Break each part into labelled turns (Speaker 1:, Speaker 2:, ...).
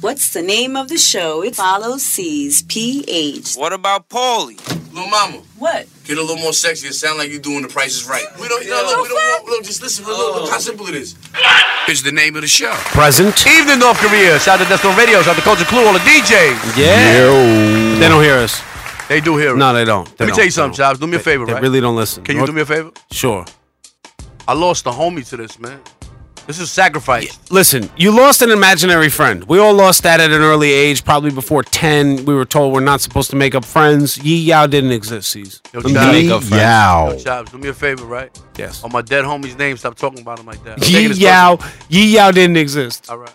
Speaker 1: What's the name of the show? It follows C's PH.
Speaker 2: What about Paulie?
Speaker 3: Lil Mama,
Speaker 1: What?
Speaker 3: get a little more sexy. It sound like you doing the Price is Right. We don't, no, look, we don't want, look, just listen, look, look how simple it is. It's the name of the show.
Speaker 4: Present.
Speaker 5: Evening, North Korea. Shout out to Destin Radio. Shout out to Culture Clue, all the DJs.
Speaker 4: Yeah. They don't hear us.
Speaker 5: They do hear it.
Speaker 4: No, they don't. They
Speaker 5: Let me
Speaker 4: don't.
Speaker 5: tell you
Speaker 4: They
Speaker 5: something,
Speaker 4: don't.
Speaker 5: Chops. Do me a
Speaker 4: They-
Speaker 5: favor,
Speaker 4: they
Speaker 5: right?
Speaker 4: really don't listen.
Speaker 5: Can you do me a favor?
Speaker 4: Sure.
Speaker 5: I lost the homie to this, man. This is sacrifice.
Speaker 4: Listen, you lost an imaginary friend. We all lost that at an early age, probably before 10. We were told we're not supposed to make up friends. Yee Yao didn't exist, C's.
Speaker 5: Yo,
Speaker 4: Let me
Speaker 5: Chops.
Speaker 4: make
Speaker 5: Yo,
Speaker 4: up friends.
Speaker 6: Yow.
Speaker 5: Chops, do me a favor, right?
Speaker 4: Yes.
Speaker 5: On my dead homie's name, stop talking about him like that. I'm taking
Speaker 4: Yee
Speaker 5: this
Speaker 4: Yao,
Speaker 5: personal.
Speaker 4: Yee Yao didn't exist.
Speaker 5: All right.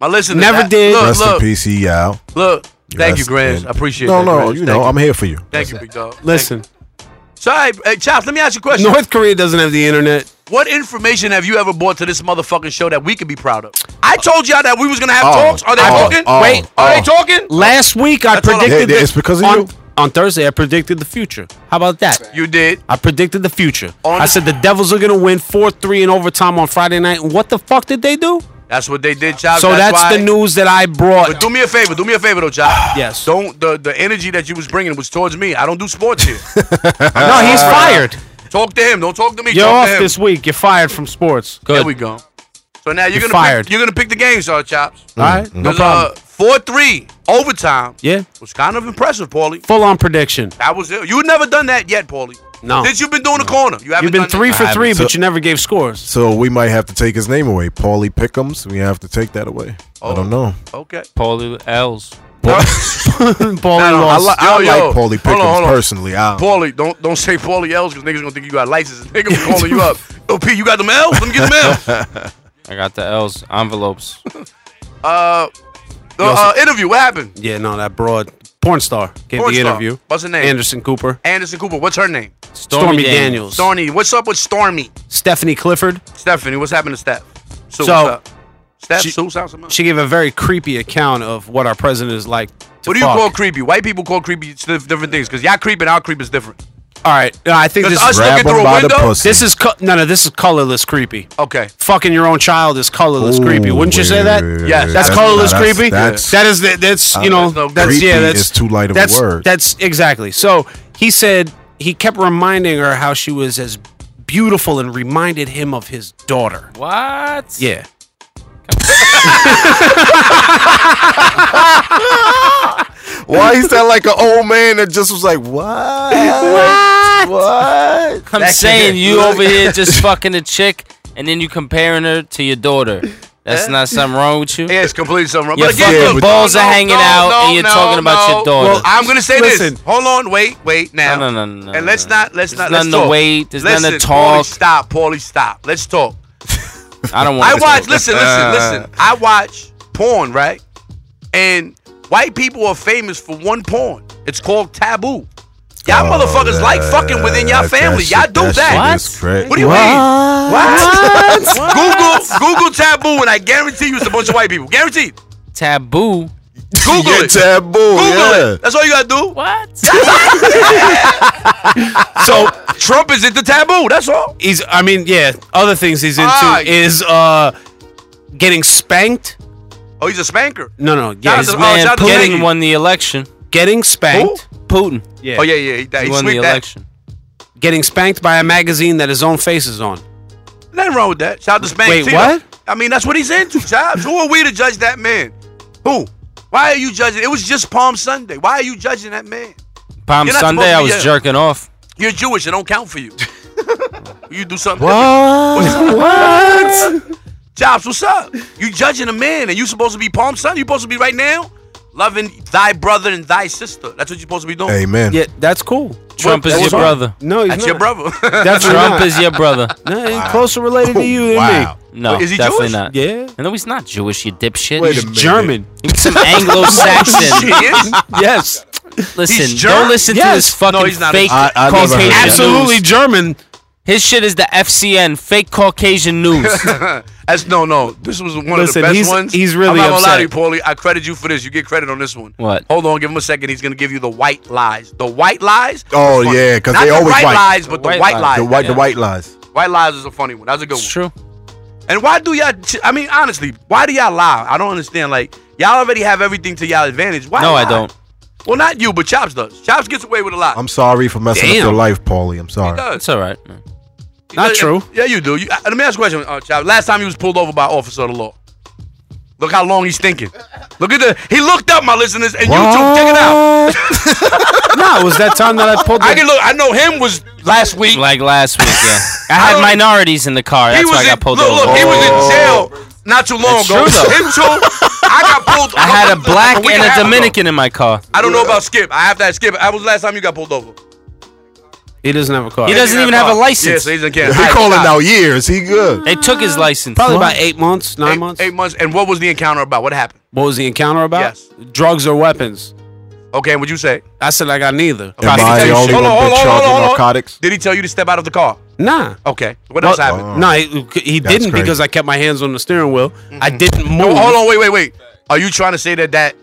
Speaker 5: My listeners.
Speaker 4: Never
Speaker 5: I-
Speaker 4: did.
Speaker 5: Look,
Speaker 6: Rest in
Speaker 5: look,
Speaker 6: peace, E he yow.
Speaker 5: look. Thank
Speaker 6: Rest
Speaker 5: you, Grant.
Speaker 6: in-
Speaker 5: I appreciate
Speaker 6: No,
Speaker 5: that.
Speaker 6: no,
Speaker 5: Granz.
Speaker 6: you
Speaker 5: Thank
Speaker 6: know, I'm here for you.
Speaker 5: Thank you, big dog. Thank
Speaker 4: Listen,
Speaker 5: you. So, hey, hey, Chops, let me ask you a question.
Speaker 4: North Korea doesn't have the internet.
Speaker 5: What information have you ever brought to this motherfucking show that we could be proud of? I told y'all that we was gonna have
Speaker 6: Oh,
Speaker 5: talks. Are they
Speaker 6: oh,
Speaker 5: talking?
Speaker 6: oh,
Speaker 5: Wait, are they
Speaker 6: oh.
Speaker 5: talking?
Speaker 4: Last week, I
Speaker 5: That's all I-
Speaker 4: predicted
Speaker 6: Yeah, yeah,
Speaker 4: the-
Speaker 6: it's because of
Speaker 4: on,
Speaker 6: you.
Speaker 4: On Thursday, I predicted the future. How about that?
Speaker 5: You did.
Speaker 4: I predicted the future.
Speaker 5: On-
Speaker 4: I said the Devils are going to win 4 3 in overtime on Friday night. And what the fuck did they do?
Speaker 5: That's what they did, Chops.
Speaker 4: So that's,
Speaker 5: why-
Speaker 4: the news that I brought.
Speaker 5: But do me a favor. Do me a favor though, Chops.
Speaker 4: Yes.
Speaker 5: Don't the the energy that you was bringing was towards me. I don't do sports here.
Speaker 4: no, he's fired.
Speaker 5: talk to him. Don't talk to me.
Speaker 4: You're
Speaker 5: talk
Speaker 4: off
Speaker 5: to him.
Speaker 4: this week. You're fired from sports.
Speaker 5: There we go. So now you're,
Speaker 4: You're
Speaker 5: gonna
Speaker 4: fired.
Speaker 5: Pick, you're gonna pick the games, uh, Chops.
Speaker 4: All right,
Speaker 6: Mm,
Speaker 4: no problem.
Speaker 5: uh, Four three overtime.
Speaker 4: Yeah.
Speaker 5: Was kind of impressive, Paulie.
Speaker 4: Full on prediction.
Speaker 5: That was it. You never done that yet, Paulie.
Speaker 4: No.
Speaker 5: Since you've been doing the corner, you haven't
Speaker 4: You've been
Speaker 5: done that.
Speaker 4: three for
Speaker 6: I
Speaker 4: three,
Speaker 6: haven't.
Speaker 4: but you never gave scores.
Speaker 6: So we might have to take his name away. Paulie Pickums. We have to take that away. I don't
Speaker 5: Oh.
Speaker 6: know.
Speaker 5: Okay.
Speaker 7: Paulie L's.
Speaker 4: Ball
Speaker 5: no, I
Speaker 4: lost.
Speaker 5: li-
Speaker 6: I
Speaker 5: Yo, yo.
Speaker 6: like Paulie Pickums
Speaker 5: Hold on, hold on.
Speaker 6: personally. I,
Speaker 5: Paulie, don't don't say Paulie L's because niggas gonna think you got licenses. Nigga be calling you up. Yo, P, you got them L's? Let me get them L's.
Speaker 7: I got the L's. Envelopes.
Speaker 5: Uh, the
Speaker 4: Yo,
Speaker 5: uh, interview. What happened?
Speaker 4: Yeah, no, that broad porn star gave
Speaker 5: Porn
Speaker 4: the
Speaker 5: star.
Speaker 4: interview.
Speaker 5: What's her name?
Speaker 4: Anderson Cooper.
Speaker 5: Anderson Cooper. What's her name?
Speaker 4: Stormy, Daniels.
Speaker 5: Stormy. What's up with Stormy?
Speaker 4: Stephanie Clifford.
Speaker 5: Stephanie. What's happened to Steph? Sue,
Speaker 4: So,
Speaker 5: what's up? Steph,
Speaker 4: she-
Speaker 5: Sue, sounds something.
Speaker 4: She gave a very creepy account of what our president is like. to
Speaker 5: What do you
Speaker 4: fuck.
Speaker 5: call creepy? White people call creepy s- different things because y'all creep and our creep is different.
Speaker 4: All right, no, I think
Speaker 5: Because
Speaker 4: this
Speaker 5: us
Speaker 4: is,
Speaker 6: Grab
Speaker 5: looking through
Speaker 6: him
Speaker 5: a
Speaker 6: by the
Speaker 5: window.
Speaker 6: pussy.
Speaker 4: this is co- no, no. This is colorless creepy.
Speaker 5: Okay.
Speaker 4: Fucking your own child is colorless creepy. Wouldn't you say that?
Speaker 6: Ooh,
Speaker 5: Yes,
Speaker 4: That's,
Speaker 5: That's-
Speaker 4: colorless
Speaker 6: that's-
Speaker 4: creepy.
Speaker 6: That's,
Speaker 4: that is the, that's you know
Speaker 5: that's no
Speaker 4: that's
Speaker 6: creepy
Speaker 4: yeah that's
Speaker 6: is too light of a
Speaker 4: that's,
Speaker 6: word.
Speaker 4: That's exactly. So he said he kept reminding her how she was as beautiful and reminded him of his daughter.
Speaker 7: What?
Speaker 4: Yeah.
Speaker 6: why he sound like an old man that just was like, what? what?
Speaker 7: I'm
Speaker 5: That
Speaker 7: saying
Speaker 5: kid-
Speaker 7: you over here just fucking a chick and then you comparing her to your daughter. That's not something wrong with you.
Speaker 5: Eh? Yeah, it's completely something wrong.
Speaker 7: Your fucking balls are hanging out and you're talking about your daughter.
Speaker 5: Well, I'm gonna say
Speaker 4: Listen.
Speaker 5: this. Hold on, wait, wait now.
Speaker 7: No, no, no, no,
Speaker 5: And let's
Speaker 7: no.
Speaker 5: not, let's not.
Speaker 7: There's
Speaker 5: let's
Speaker 7: nothing to
Speaker 5: talk.
Speaker 7: wait, there's nothing to
Speaker 5: Listen,
Speaker 7: talk.
Speaker 5: Paulie, stop, Paulie, stop. Let's talk.
Speaker 7: I don't want
Speaker 5: I
Speaker 7: to
Speaker 5: watch.
Speaker 7: talk.
Speaker 5: Listen,
Speaker 7: Ah.
Speaker 5: listen, listen. I watch porn, right? And white people are famous for one porn. It's called taboo. Y'all motherfuckers like fucking within y'all family. y'all do that.
Speaker 6: What?
Speaker 5: What do you mean? What? Google Google taboo, and I guarantee you it's a bunch of white people. Guaranteed.
Speaker 7: Taboo.
Speaker 5: Google
Speaker 6: You're
Speaker 5: it.
Speaker 6: taboo.
Speaker 5: Google
Speaker 6: yeah.
Speaker 5: it. That's all you gotta do.
Speaker 7: What?
Speaker 5: So Trump is into taboo. That's all.
Speaker 4: He's I mean yeah. Other things he's into
Speaker 5: Ah, yeah.
Speaker 4: is uh getting spanked.
Speaker 5: Oh, he's a spanker.
Speaker 4: No no yeah.
Speaker 5: That's
Speaker 4: he's
Speaker 5: a-
Speaker 7: Man,
Speaker 5: shout out to
Speaker 7: Putin
Speaker 5: Putin.
Speaker 7: won the election.
Speaker 4: getting spanked.
Speaker 7: Putin.
Speaker 4: Yeah.
Speaker 5: Oh yeah, yeah. He, that,
Speaker 7: He
Speaker 5: he
Speaker 7: won the
Speaker 5: sweeped that.
Speaker 7: election.
Speaker 4: Getting spanked by a magazine that his own face is on.
Speaker 5: Nothing wrong with that. Shout out to Spank.
Speaker 4: Wait,
Speaker 5: Tito.
Speaker 4: what?
Speaker 5: I mean, that's what he's into, Jobs. Who are we to judge that man? Who? Why are you judging? It was just Palm Sunday. Why are you judging that man?
Speaker 7: Palm
Speaker 5: You're not
Speaker 7: Sunday, I
Speaker 5: supposed
Speaker 7: was
Speaker 5: to be-
Speaker 7: jerking off.
Speaker 5: You're Jewish. It don't count for you. you do something.
Speaker 4: What? what?
Speaker 5: Jobs, what's up? You judging a man, and you supposed to be Palm Sunday. You supposed to be right now loving thy brother and thy sister. That's what you're supposed to be doing.
Speaker 6: Amen.
Speaker 4: Yeah, that's cool.
Speaker 7: Trump is
Speaker 4: That's
Speaker 7: your
Speaker 4: fine.
Speaker 7: brother.
Speaker 4: No, he's
Speaker 5: that's
Speaker 4: not.
Speaker 5: your brother.
Speaker 4: Definitely
Speaker 7: Trump
Speaker 4: not.
Speaker 7: is your brother.
Speaker 4: No, he's closer related to you than
Speaker 6: Wow.
Speaker 7: No,
Speaker 5: Oh, Wait, is he
Speaker 7: definitely
Speaker 5: Jewish?
Speaker 7: not.
Speaker 4: Yeah.
Speaker 7: No, he's not Jewish, you dipshit.
Speaker 6: Wait a
Speaker 7: He's
Speaker 4: me.
Speaker 6: minute.
Speaker 4: German.
Speaker 7: some Anglo-Saxon.
Speaker 5: He is?
Speaker 4: yes.
Speaker 7: listen,
Speaker 5: He's German?
Speaker 7: don't listen
Speaker 4: Yes.
Speaker 7: to this fucking
Speaker 5: No, he's not.
Speaker 7: fake
Speaker 6: I- I never heard
Speaker 7: Caucasian
Speaker 6: that.
Speaker 7: news.
Speaker 4: Absolutely German.
Speaker 7: His shit is the FCN, fake Caucasian news.
Speaker 5: That's no, no. This was one
Speaker 4: Listen,
Speaker 5: of the best
Speaker 4: he's-
Speaker 5: ones.
Speaker 4: he's really
Speaker 5: I'm not
Speaker 4: upset.
Speaker 5: gonna lie to you, Paulie. I credit you for this. You get credit on this one.
Speaker 7: What?
Speaker 5: Hold on, give him a second. He's gonna give you the white lies. The white lies.
Speaker 6: Oh,
Speaker 5: was funny.
Speaker 6: yeah, 'cause
Speaker 5: Not
Speaker 6: they
Speaker 5: the
Speaker 6: always
Speaker 5: white
Speaker 6: white.
Speaker 5: lies, but the, white, lies.
Speaker 6: The white, the
Speaker 7: Yeah.
Speaker 6: white lies.
Speaker 5: white lies is a funny one. That's a good
Speaker 7: it's
Speaker 5: one.
Speaker 7: true.
Speaker 5: And why do y'all? I mean, honestly, why do y'all lie? I don't understand. Like, Y'all already have everything to y'all advantage. Why?
Speaker 7: No, I
Speaker 5: not?
Speaker 7: don't.
Speaker 5: Well, not you, but Chops does. Chops gets away with a lot.
Speaker 6: I'm sorry for messing
Speaker 4: Damn.
Speaker 6: up your life, Paulie. I'm
Speaker 5: He
Speaker 6: sorry.
Speaker 5: does.
Speaker 7: It's all right.
Speaker 5: He
Speaker 4: Not
Speaker 5: does-
Speaker 4: true.
Speaker 5: Yeah, you do. You, uh, let me ask you a question, uh, Chops. Last time he was pulled over by officer of the law. Look how long he's thinking. Look at the. He looked up my listeners and YouTube. Check it out.
Speaker 4: no, it was that time that I pulled. The,
Speaker 5: I can look. I know him was last week.
Speaker 7: Like last week, yeah. I
Speaker 5: I
Speaker 7: had
Speaker 5: don't-
Speaker 7: minorities in the car.
Speaker 5: he
Speaker 7: That's
Speaker 5: was
Speaker 7: why I
Speaker 5: in,
Speaker 7: got pulled
Speaker 5: look,
Speaker 7: over. Oh.
Speaker 5: Look, he was
Speaker 4: Oh.
Speaker 5: in jail not too long
Speaker 7: It's
Speaker 5: ago.
Speaker 7: true, though.
Speaker 5: Him too. I got pulled.
Speaker 7: I had a black
Speaker 5: week
Speaker 7: and
Speaker 5: half
Speaker 7: a
Speaker 5: ago.
Speaker 7: Dominican in my car.
Speaker 5: I don't know about Skip. I have to ask Skip. I was the last time you got pulled over.
Speaker 4: he doesn't have a car.
Speaker 7: He doesn't even have a license.
Speaker 5: Yeah, so he's in
Speaker 6: He
Speaker 5: Canada.
Speaker 6: calling out years. He good.
Speaker 7: They took his license.
Speaker 4: Probably about eight months, nine
Speaker 5: eight,
Speaker 4: months.
Speaker 5: Eight months. And what was the encounter about? What happened?
Speaker 4: What was the encounter about?
Speaker 5: Yes.
Speaker 4: Drugs or weapons?
Speaker 5: Okay, and what'd you say?
Speaker 4: I said I got neither.
Speaker 6: Am I the
Speaker 5: Prostitution.
Speaker 6: only
Speaker 5: Hold
Speaker 6: one
Speaker 5: on,
Speaker 6: been
Speaker 5: hold on, hold on,
Speaker 6: charged with
Speaker 5: hold on.
Speaker 6: narcotics?
Speaker 5: Did he tell you to step out of the car?
Speaker 4: Nah.
Speaker 5: Okay. What else happened?
Speaker 4: No, he, he
Speaker 6: That's crazy.
Speaker 4: didn't because I kept my hands on the steering wheel. I
Speaker 7: Mm-hmm.
Speaker 4: didn't move.
Speaker 5: Oh, hold on, wait, wait, wait. Are you trying to say that that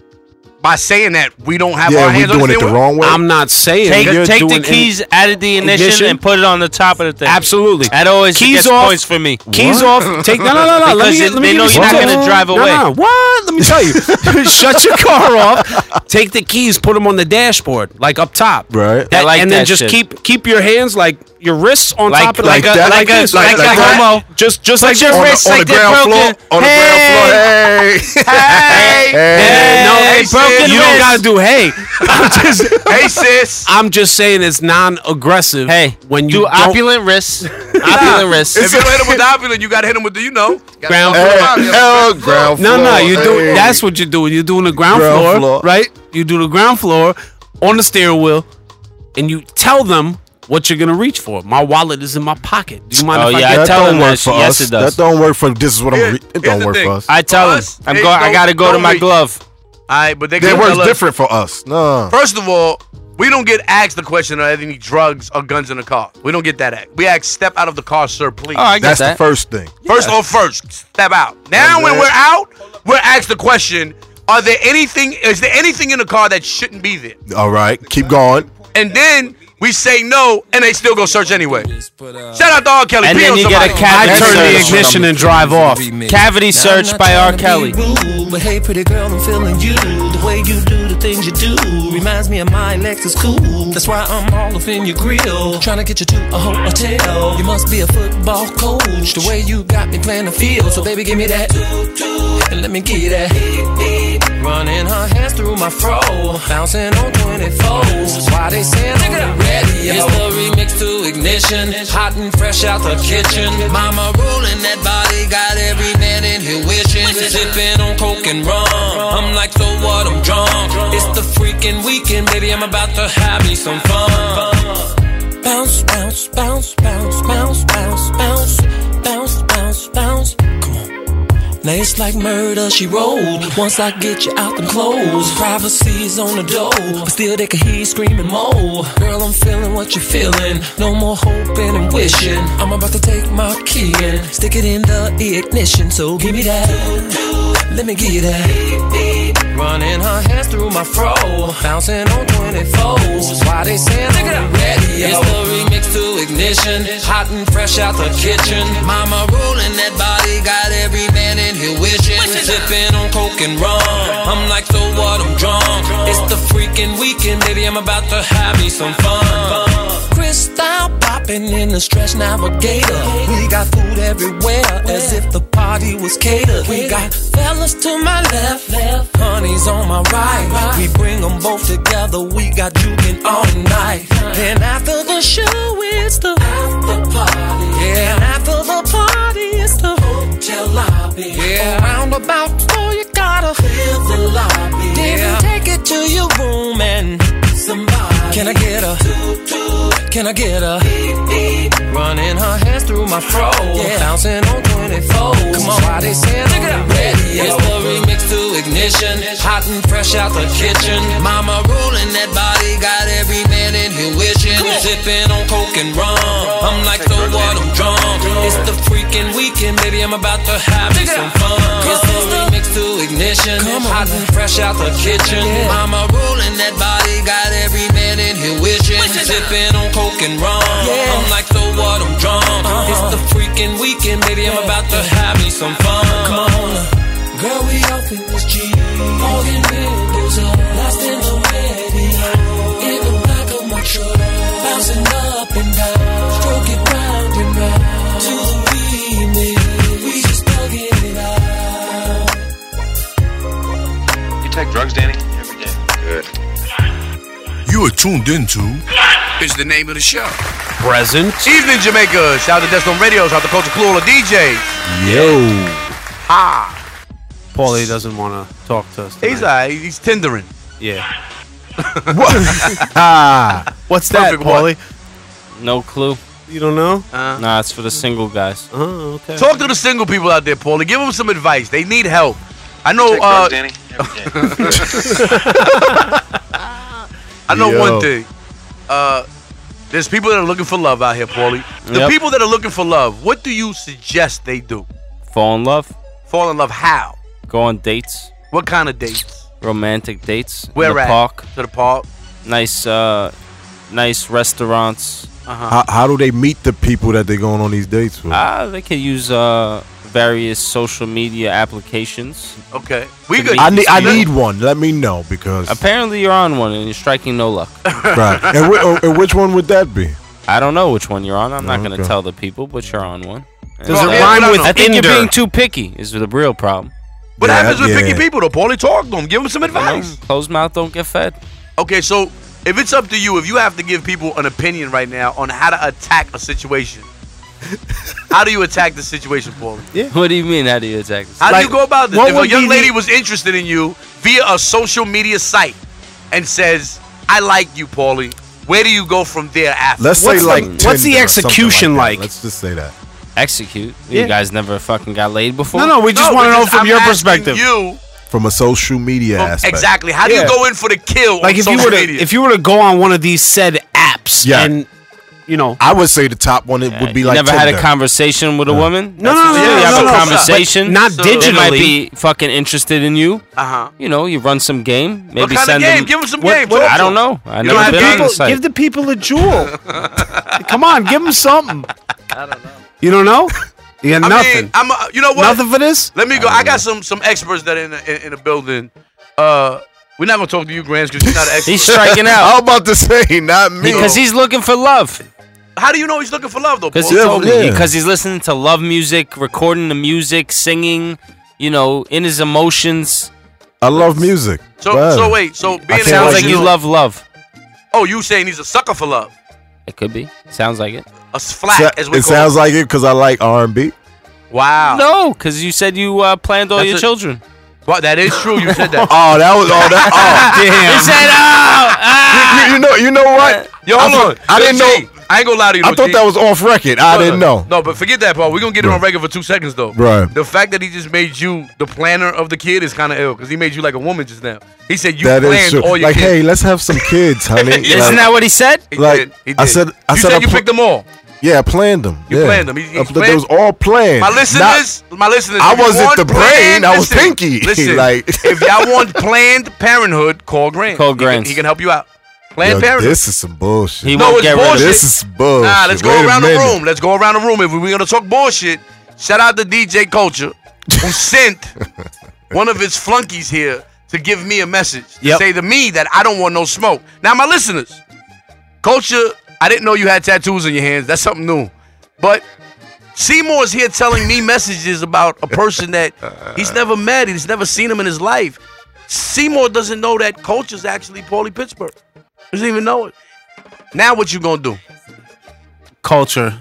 Speaker 5: by saying that we don't have our
Speaker 6: Yeah, we
Speaker 5: hands on
Speaker 6: doing it the
Speaker 5: steering
Speaker 6: wrong way.
Speaker 4: I'm not saying you're
Speaker 7: Take, take the
Speaker 4: doing any-
Speaker 7: keys out of the ignition,
Speaker 4: Ignition?
Speaker 7: and put it on the top of the thing.
Speaker 4: Absolutely.
Speaker 7: That always
Speaker 4: Keys
Speaker 7: gets
Speaker 4: off.
Speaker 7: points for me.
Speaker 4: Keys off. Take no, no, no, no. Let me,
Speaker 7: Because
Speaker 4: get-
Speaker 7: it-
Speaker 4: let me
Speaker 7: they
Speaker 4: give
Speaker 7: know
Speaker 4: you
Speaker 7: you're not
Speaker 4: something.
Speaker 7: gonna drive
Speaker 4: No,
Speaker 7: away.
Speaker 4: No, What? Let me tell you. Shut your car off. Take the keys. Put them on the dashboard, like up top.
Speaker 6: Right.
Speaker 7: I
Speaker 4: That-
Speaker 7: like
Speaker 4: and then
Speaker 7: that
Speaker 4: just
Speaker 7: shit.
Speaker 4: keep keep your hands like your wrists on
Speaker 7: Like-
Speaker 4: top of
Speaker 7: like
Speaker 6: a- like a-
Speaker 4: this,
Speaker 6: like a
Speaker 4: that.
Speaker 7: homo.
Speaker 4: Just just like
Speaker 7: your
Speaker 4: this.
Speaker 6: on the,
Speaker 7: wrist
Speaker 6: on
Speaker 7: like
Speaker 6: the
Speaker 7: they're
Speaker 6: ground floor.
Speaker 7: broken.
Speaker 6: On the ground floor. Hey.
Speaker 4: Hey, no,
Speaker 7: Hey,
Speaker 4: hey,
Speaker 7: broken
Speaker 4: you don't
Speaker 7: wrist.
Speaker 4: gotta do hey. I'm just
Speaker 5: wheel? Hey, sis.
Speaker 4: I'm just saying it's non-aggressive.
Speaker 7: Hey,
Speaker 4: when you
Speaker 7: do
Speaker 4: don't-
Speaker 7: opulent wrists, opulent
Speaker 5: If
Speaker 7: wrists.
Speaker 5: you don't hit him with the opulent, you gotta hit him with the, you know.
Speaker 4: Ground
Speaker 6: Hey,
Speaker 4: floor.
Speaker 6: oh, ground
Speaker 4: No, no,
Speaker 6: floor.
Speaker 4: you do.
Speaker 6: Hey.
Speaker 4: That's what you're doing. You're doing the ground,
Speaker 6: Ground
Speaker 4: floor,
Speaker 6: floor.
Speaker 4: right? You do the ground floor on the steering wheel, and you tell them what you're gonna reach for. My wallet is in my pocket. Do you mind
Speaker 7: Oh,
Speaker 4: if
Speaker 7: yeah,
Speaker 4: I get
Speaker 7: I
Speaker 4: that?
Speaker 7: tell
Speaker 6: don't
Speaker 7: them
Speaker 6: work
Speaker 7: that
Speaker 6: for
Speaker 7: shit. Yes,
Speaker 6: us.
Speaker 7: it does.
Speaker 6: That don't work for. This is what
Speaker 5: Here-
Speaker 6: I'm. Re- it
Speaker 5: here's
Speaker 6: don't
Speaker 5: the
Speaker 6: work
Speaker 5: thing.
Speaker 6: for us.
Speaker 7: I tell him
Speaker 5: Us,
Speaker 7: I'm
Speaker 5: hey,
Speaker 7: going. I
Speaker 5: don't-
Speaker 7: gotta go to
Speaker 5: don't
Speaker 7: my
Speaker 5: reach.
Speaker 7: glove.
Speaker 5: All right, but they
Speaker 6: It
Speaker 5: can
Speaker 6: works
Speaker 5: tell us-
Speaker 6: different for us. No.
Speaker 5: First of all, we don't get asked the question of any drugs or guns in the car. We don't get that act. We ask, step out of the car, sir, please.
Speaker 7: Oh, I get
Speaker 6: That's
Speaker 7: that.
Speaker 6: the first thing.
Speaker 5: First or first, step out. Now, when we're out, we're asked the question: Are there anything? Is there anything in the car that shouldn't be there?
Speaker 6: All right, keep going.
Speaker 5: And then we say no, and they still go search anyway. Shout out to R. Kelly.
Speaker 7: And
Speaker 5: Pee
Speaker 7: then
Speaker 5: on
Speaker 7: you get a
Speaker 5: somebody.
Speaker 7: cavity
Speaker 4: I turn the
Speaker 7: search.
Speaker 4: ignition and drive off.
Speaker 7: Cavity search by R. Kelly.
Speaker 8: But hey, pretty girl, I'm feeling you. The way you do the things you do reminds me of my Lexus cool. That's why I'm all up in your grill, trying to get you to a hotel. You must be a football coach. The way you got me playing the field, so baby, give me that. And let me give you that. Running her hands through my fro, bouncing on 24s. Why they saying I'm the radio? It's the remix to ignition, hot and fresh out the kitchen. Mama ruling that body, got every man in here wishing. Sipping on coke and rum, I'm like so what? I'm drunk. It's the freaking weekend, baby. I'm about to have me some fun. Bounce, bounce, bounce, bounce, bounce, bounce, bounce, bounce, bounce, bounce. Come on. Now it's like murder, she rolled. Once I get you out them clothes, privacy's on the door. But still, they can hear you screaming, Mo. Girl, I'm feeling what you're feeling. No more hoping and wishing. I'm about to take my key and stick it in the ignition. So give me that. Let me give you that. Running her hands through my fro. Bouncing on 24s. Why they saying I'm the radio? It's the remix to ignition. Hot and fresh out the kitchen. Mama ruling that body. Got every man in here wishing. Sipping on coke and rum. I'm like, so what? I'm drunk. It's the freaking weekend, baby. I'm about to have me some fun. Crystal popping in the stretch navigator. We got food everywhere, as if the party was catered. We got fellas to my left, honeys on my right. We bring them both together. We got juking all night. Then after the show, it's the after party. Yeah, and after the party, it's the hotel lobby. Yeah, around about four, you gotta clear the lobby. Then you take it to your room and somebody. Can I get a? Can I get a running her hands through my fro? Bouncing on 24. Come on, why they saying I'm the radio? It's the remix to ignition, hot and fresh out the kitchen. Mama ruling that body, got every man in here wishing. Sipping on coke and rum, I'm like so what? I'm drunk. It's the freaking weekend, baby. I'm about to have me some fun. It's the remix to ignition, hot and fresh out the kitchen. Mama ruling that body, got every man in here wishing. Sipping on coke and rum. I'm like, so what? I'm drunk. It's the freaking weekend, baby. I'm about to have me some fun. Come on, girl, we off in this G. take drugs, Danny? Every day. Good.
Speaker 9: You are tuned into
Speaker 3: It's the name of the show.
Speaker 4: Present.
Speaker 5: Evening, Jamaica. Shout out to Destin Radio. Shout out to Culture Clue, all the DJs.
Speaker 4: Yo. Paulie doesn't want to talk to us.
Speaker 5: He's
Speaker 4: tonight.
Speaker 5: uh, he's tindering.
Speaker 4: yeah. ah, what's that,
Speaker 5: Perfect one.
Speaker 4: Paulie?
Speaker 7: No clue. Uh-huh.
Speaker 4: You don't know?
Speaker 7: Nah, it's for the single guys.
Speaker 4: Oh, okay.
Speaker 5: Talk to the single people out there, Paulie. Give them some advice. They need help. I know.
Speaker 8: Take
Speaker 5: Uh,
Speaker 8: drugs, Danny? Every day. Good.
Speaker 5: I know
Speaker 6: Yo.
Speaker 5: one thing. Uh, there's people that are looking for love out here, Paulie. The
Speaker 7: Yep.
Speaker 5: people that are looking for love, what do you suggest they do?
Speaker 7: Fall in love.
Speaker 5: Fall in love? How?
Speaker 7: Go on dates.
Speaker 5: What kind of dates?
Speaker 7: Romantic dates. in
Speaker 5: Where
Speaker 7: the
Speaker 5: at?
Speaker 7: park.
Speaker 5: To the park.
Speaker 7: Nice, uh, nice restaurants.
Speaker 5: Uh-huh.
Speaker 6: How, how do they meet the people that they're going on these dates with?
Speaker 7: Uh-huh. Ah, they could use uh various social media applications.
Speaker 5: Okay. We
Speaker 7: To
Speaker 5: good.
Speaker 7: meet.
Speaker 6: I need I
Speaker 7: Yeah.
Speaker 6: need one. Let me know because
Speaker 7: Apparently, you're on one and you're striking no luck.
Speaker 6: right. And, whi- oh, and which one would that be?
Speaker 7: I don't know which one you're on. I'm not going to
Speaker 6: Okay.
Speaker 7: tell the people, but you're on one. And
Speaker 4: Does
Speaker 5: Well,
Speaker 4: it
Speaker 5: yeah,
Speaker 4: rhyme
Speaker 5: but I
Speaker 4: with
Speaker 5: know.
Speaker 7: I think you're
Speaker 4: Ender?
Speaker 7: being too picky. Is the real problem.
Speaker 5: What
Speaker 6: Yeah,
Speaker 5: happens with
Speaker 6: yeah.
Speaker 5: picky people, though, Paulie? Talk to them. Give them some
Speaker 7: You know?
Speaker 5: advice.
Speaker 7: Closed mouth don't get fed.
Speaker 5: Okay, so if it's up to you, if you have to give people an opinion right now on how to attack a situation, how do you attack the situation, Paulie?
Speaker 7: What do you mean? How do you attack this?
Speaker 5: How
Speaker 4: Like,
Speaker 5: do you go about this?
Speaker 4: what
Speaker 5: If a
Speaker 4: would be
Speaker 5: young
Speaker 4: the-
Speaker 5: lady was interested in you via a social media site and says, I like you, Paulie, where do you go from there after?
Speaker 6: Let's
Speaker 4: What's
Speaker 6: say
Speaker 4: the-
Speaker 6: like
Speaker 4: what's the
Speaker 6: Tinder or something
Speaker 4: execution
Speaker 6: that.
Speaker 4: like?
Speaker 6: Let's just say that.
Speaker 7: Execute.
Speaker 4: Yeah.
Speaker 7: You guys never fucking got laid before.
Speaker 4: No, no, we just
Speaker 5: No,
Speaker 4: want to
Speaker 5: we're
Speaker 4: know
Speaker 5: just-
Speaker 4: from
Speaker 5: I'm
Speaker 4: your
Speaker 5: asking
Speaker 4: perspective.
Speaker 5: You,
Speaker 6: From a social media
Speaker 5: from-
Speaker 6: aspect.
Speaker 5: exactly. How do
Speaker 4: Yeah.
Speaker 5: you go in for the kill
Speaker 4: like
Speaker 5: on
Speaker 4: if you
Speaker 5: social
Speaker 4: were to
Speaker 5: media?
Speaker 4: if you were to go on one of these said apps
Speaker 6: Yeah.
Speaker 4: and you know
Speaker 6: I would say the top one it would be
Speaker 7: you
Speaker 6: like
Speaker 7: never had a
Speaker 6: Tinder.
Speaker 7: conversation with a woman. That's
Speaker 4: No, no,
Speaker 7: what
Speaker 4: no,
Speaker 7: you do.
Speaker 5: no,
Speaker 7: You
Speaker 5: no,
Speaker 7: have
Speaker 5: no,
Speaker 7: a
Speaker 5: no.
Speaker 7: conversation.
Speaker 4: But not
Speaker 7: They might
Speaker 4: digitally.
Speaker 7: be fucking interested in you.
Speaker 5: uh-huh.
Speaker 7: You know, you run some game. Maybe
Speaker 5: What kind of
Speaker 7: send
Speaker 5: game?
Speaker 7: them.
Speaker 5: Give him some
Speaker 4: What-
Speaker 5: game.
Speaker 4: what-
Speaker 5: Talk
Speaker 7: I
Speaker 5: to
Speaker 7: don't
Speaker 5: him.
Speaker 7: know. I
Speaker 5: don't
Speaker 7: never
Speaker 5: have
Speaker 7: been on
Speaker 5: people-
Speaker 7: the
Speaker 4: people,
Speaker 7: site.
Speaker 4: give the people a jewel. Come on, give them something. You don't know? You got
Speaker 5: I
Speaker 4: nothing.
Speaker 5: mean, I'm a, you know what?
Speaker 4: nothing for this?
Speaker 5: Let me go. I, got some some experts that are in the, in, in the building. Uh, we're not gonna talk to you, Grants, because you're not an expert.
Speaker 7: He's striking out
Speaker 6: I'm about to say not me.
Speaker 7: because he's looking for love.
Speaker 5: How do you know he's looking for love though?
Speaker 7: Because
Speaker 5: Paul?
Speaker 7: he told me
Speaker 6: yeah.
Speaker 7: because he's listening to love music, recording the music, singing, you know, in his emotions.
Speaker 6: I love music.
Speaker 5: so
Speaker 6: Wow.
Speaker 5: so wait. So being
Speaker 6: can't
Speaker 7: Sounds like
Speaker 5: emotional-
Speaker 7: you love love.
Speaker 5: Oh, you saying he's a sucker for love?
Speaker 7: It could be. Sounds like it.
Speaker 5: A s- flat,
Speaker 6: So-
Speaker 5: as we
Speaker 6: it
Speaker 5: call
Speaker 6: sounds like it because I like R&B.
Speaker 5: Wow.
Speaker 7: No, because you said you uh, planned all
Speaker 5: That's
Speaker 7: your
Speaker 5: a-
Speaker 7: children.
Speaker 5: Well, that is true. You said that.
Speaker 6: Oh, that was all that.
Speaker 7: You said, oh, ah.
Speaker 6: Oh, you, you know, you know what?
Speaker 5: Yo,
Speaker 6: I
Speaker 5: hold on.
Speaker 6: thought- I
Speaker 5: Yo,
Speaker 6: didn't
Speaker 5: G,
Speaker 6: know.
Speaker 5: I ain't gonna lie to you.
Speaker 6: I
Speaker 5: though,
Speaker 6: thought
Speaker 5: G.
Speaker 6: that was off record. I
Speaker 5: No,
Speaker 6: didn't
Speaker 5: no,
Speaker 6: know.
Speaker 5: No, but forget that, Paul. We're gonna get it on
Speaker 6: Right.
Speaker 5: record for two seconds though.
Speaker 6: Right.
Speaker 5: The fact that he just made you the planner of the kid is kind of ill because he made you like a woman just now. He said you
Speaker 6: That is
Speaker 5: planned
Speaker 6: true.
Speaker 5: all your
Speaker 6: Like,
Speaker 5: kids.
Speaker 6: hey, let's have some kids, honey.
Speaker 7: Isn't
Speaker 6: Like-
Speaker 7: that what he said?
Speaker 5: He
Speaker 6: like,
Speaker 5: did. He
Speaker 6: I
Speaker 5: did.
Speaker 6: said- I
Speaker 5: you
Speaker 6: said I
Speaker 5: said you
Speaker 6: pl-
Speaker 5: picked them all.
Speaker 6: Yeah, I planned them.
Speaker 5: You
Speaker 6: yeah.
Speaker 5: planned them. He- he
Speaker 6: Uh, but
Speaker 5: planned-
Speaker 6: They was all planned.
Speaker 5: My
Speaker 6: Not-
Speaker 5: listeners, my listeners.
Speaker 6: I
Speaker 5: if you
Speaker 6: wasn't
Speaker 5: want
Speaker 6: the brain,
Speaker 5: planned-
Speaker 6: I was
Speaker 5: listen,
Speaker 6: Pinky.
Speaker 5: Listen,
Speaker 6: Like-
Speaker 5: if y'all want Planned Parenthood, call Grant.
Speaker 7: Call
Speaker 5: He can-
Speaker 7: Grant.
Speaker 5: He, can help you out.
Speaker 6: Yo,
Speaker 5: Planned Parenthood.
Speaker 6: this is some bullshit.
Speaker 7: He
Speaker 5: No,
Speaker 7: won't
Speaker 5: it's
Speaker 7: get rid of
Speaker 5: bullshit.
Speaker 7: it.
Speaker 6: this is bullshit.
Speaker 5: Nah, let's go
Speaker 6: Wait a
Speaker 5: around the
Speaker 6: minute.
Speaker 5: room. Let's go around the room. If we're gonna talk bullshit, shout out to DJ Culture who sent one of his flunkies here to give me a message to
Speaker 4: Yep.
Speaker 5: say to me that I don't want no smoke. Now, my listeners, Culture, I didn't know you had tattoos on your hands. That's something new, but. Seymour's here telling me messages about a person that he's never met, he's never seen him in his life. Seymour doesn't know that culture's actually Paulie Pittsburgh. He doesn't even know it. Now what you gonna do?
Speaker 4: Culture.